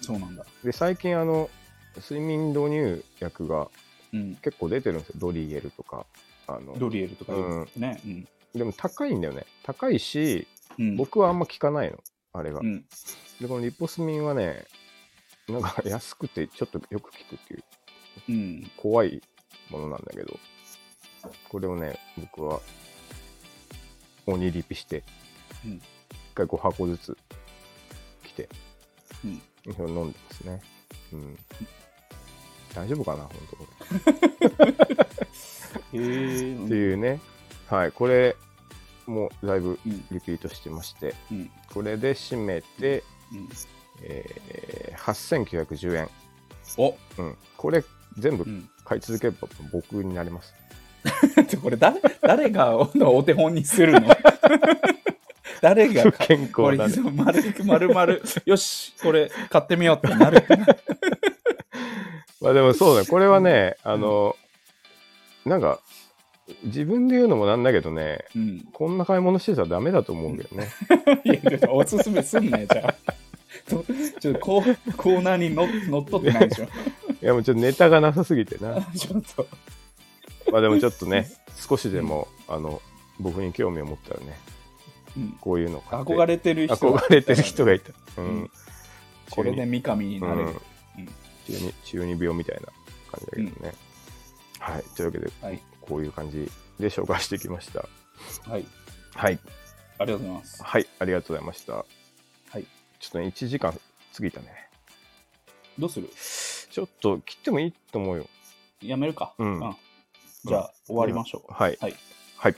そうなんだ。
で最近あの睡眠導入薬が
うん。
結構出てるんですよドリエルとかあの
ドリエルとかいうね。うん。
でも高いんだよね高いし
うん。
僕はあんま効かないのあれが、
うん。
でこのリポスミンはねなんか安くてちょっとよく効くっていう
うん。
怖いものなんだけど、これをね、僕は鬼リピして、
うん
一回5箱ずつ来て、
うん
飲んでますね。うん、大丈夫かな、本当これ
へえ。
っていうね、はい、これもだいぶ
うん。
リピートしてまして、
うん。
これで締めて、
うん。
えー8910円、
お
うん。これ全
う
部
ん。
買い続ければ僕になります。
これ誰、誰がお手本にするの 誰が買
健
こ
康
れ、
だね。
まるまるまる、よし、これ買ってみようってなる。
まあでもそうだ、これはね、あの、なんか、自分で言うのもなんだけどね、
うん。
こんな買い物してたらダメだと思うけど ね。
いやでもおすすめすんなよ、じゃあ。 とちょっとコーコーナーにの乗っ取ってないでしょ。
いやもうちょっとネタがなさすぎてな。
ちょっと。
まあでもちょっと ね、少しでも、あの、僕に興味を持ったらね、
うん
こういうの買って
憧れてる人が
憧れてる人がいた。う
うんん。これで三上に
中
な
二、
れる
うん。
うん
中二中二病みたいな感じだけどね。はい。というわけで、
はい
こういう感じで紹介してきました。
はい。
はい。
ありがとうございます。
はい。ありがとうございました。
はい。
ちょっとね、1時間過ぎたね。
どうする
ちょっと切ってもいいと思うよ。
やめるか。
うん
じゃあ、終わりましょう。
はい。
はい。
はい。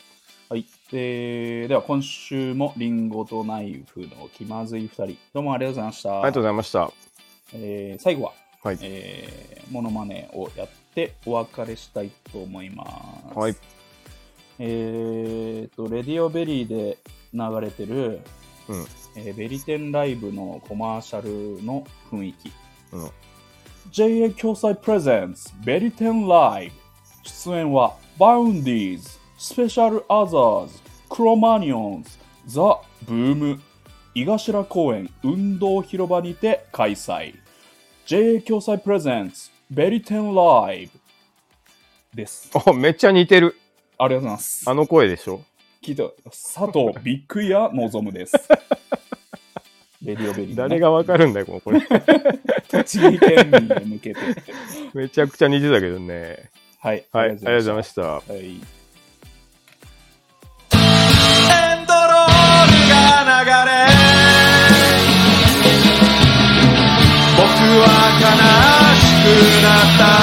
はい、えーでは今週もリンゴとナイフの気まずい2人どうもありがとうございました
ありがとうございました。
えー最後は、
はい
えーモノマネをやってお別れしたいと思います。
はい
えーと、レディオベリーで流れてる、
うん
えーベリテンライブのコマーシャルの雰囲気。
うん
JA 共催プレゼンツベリテンライブ出演はバウンディーズスペシャルアザーズククロマニオンズザ・ブーム井頭公園運動広場にて開催 JA 共催プレゼンツベリテンライブです
あ、めっちゃ似てる。
ありがとうございます
あの声でしょ。
聞いて佐藤 ビッグイヤー望むですレディオベリーのね
誰がわかるんだよ、こ れ。
栃木県民へ向けてって
めちゃくちゃ似てたけどね。
はい、
はい、ありがとうございました。
たはい
エンドロールが流れ僕は悲しくなった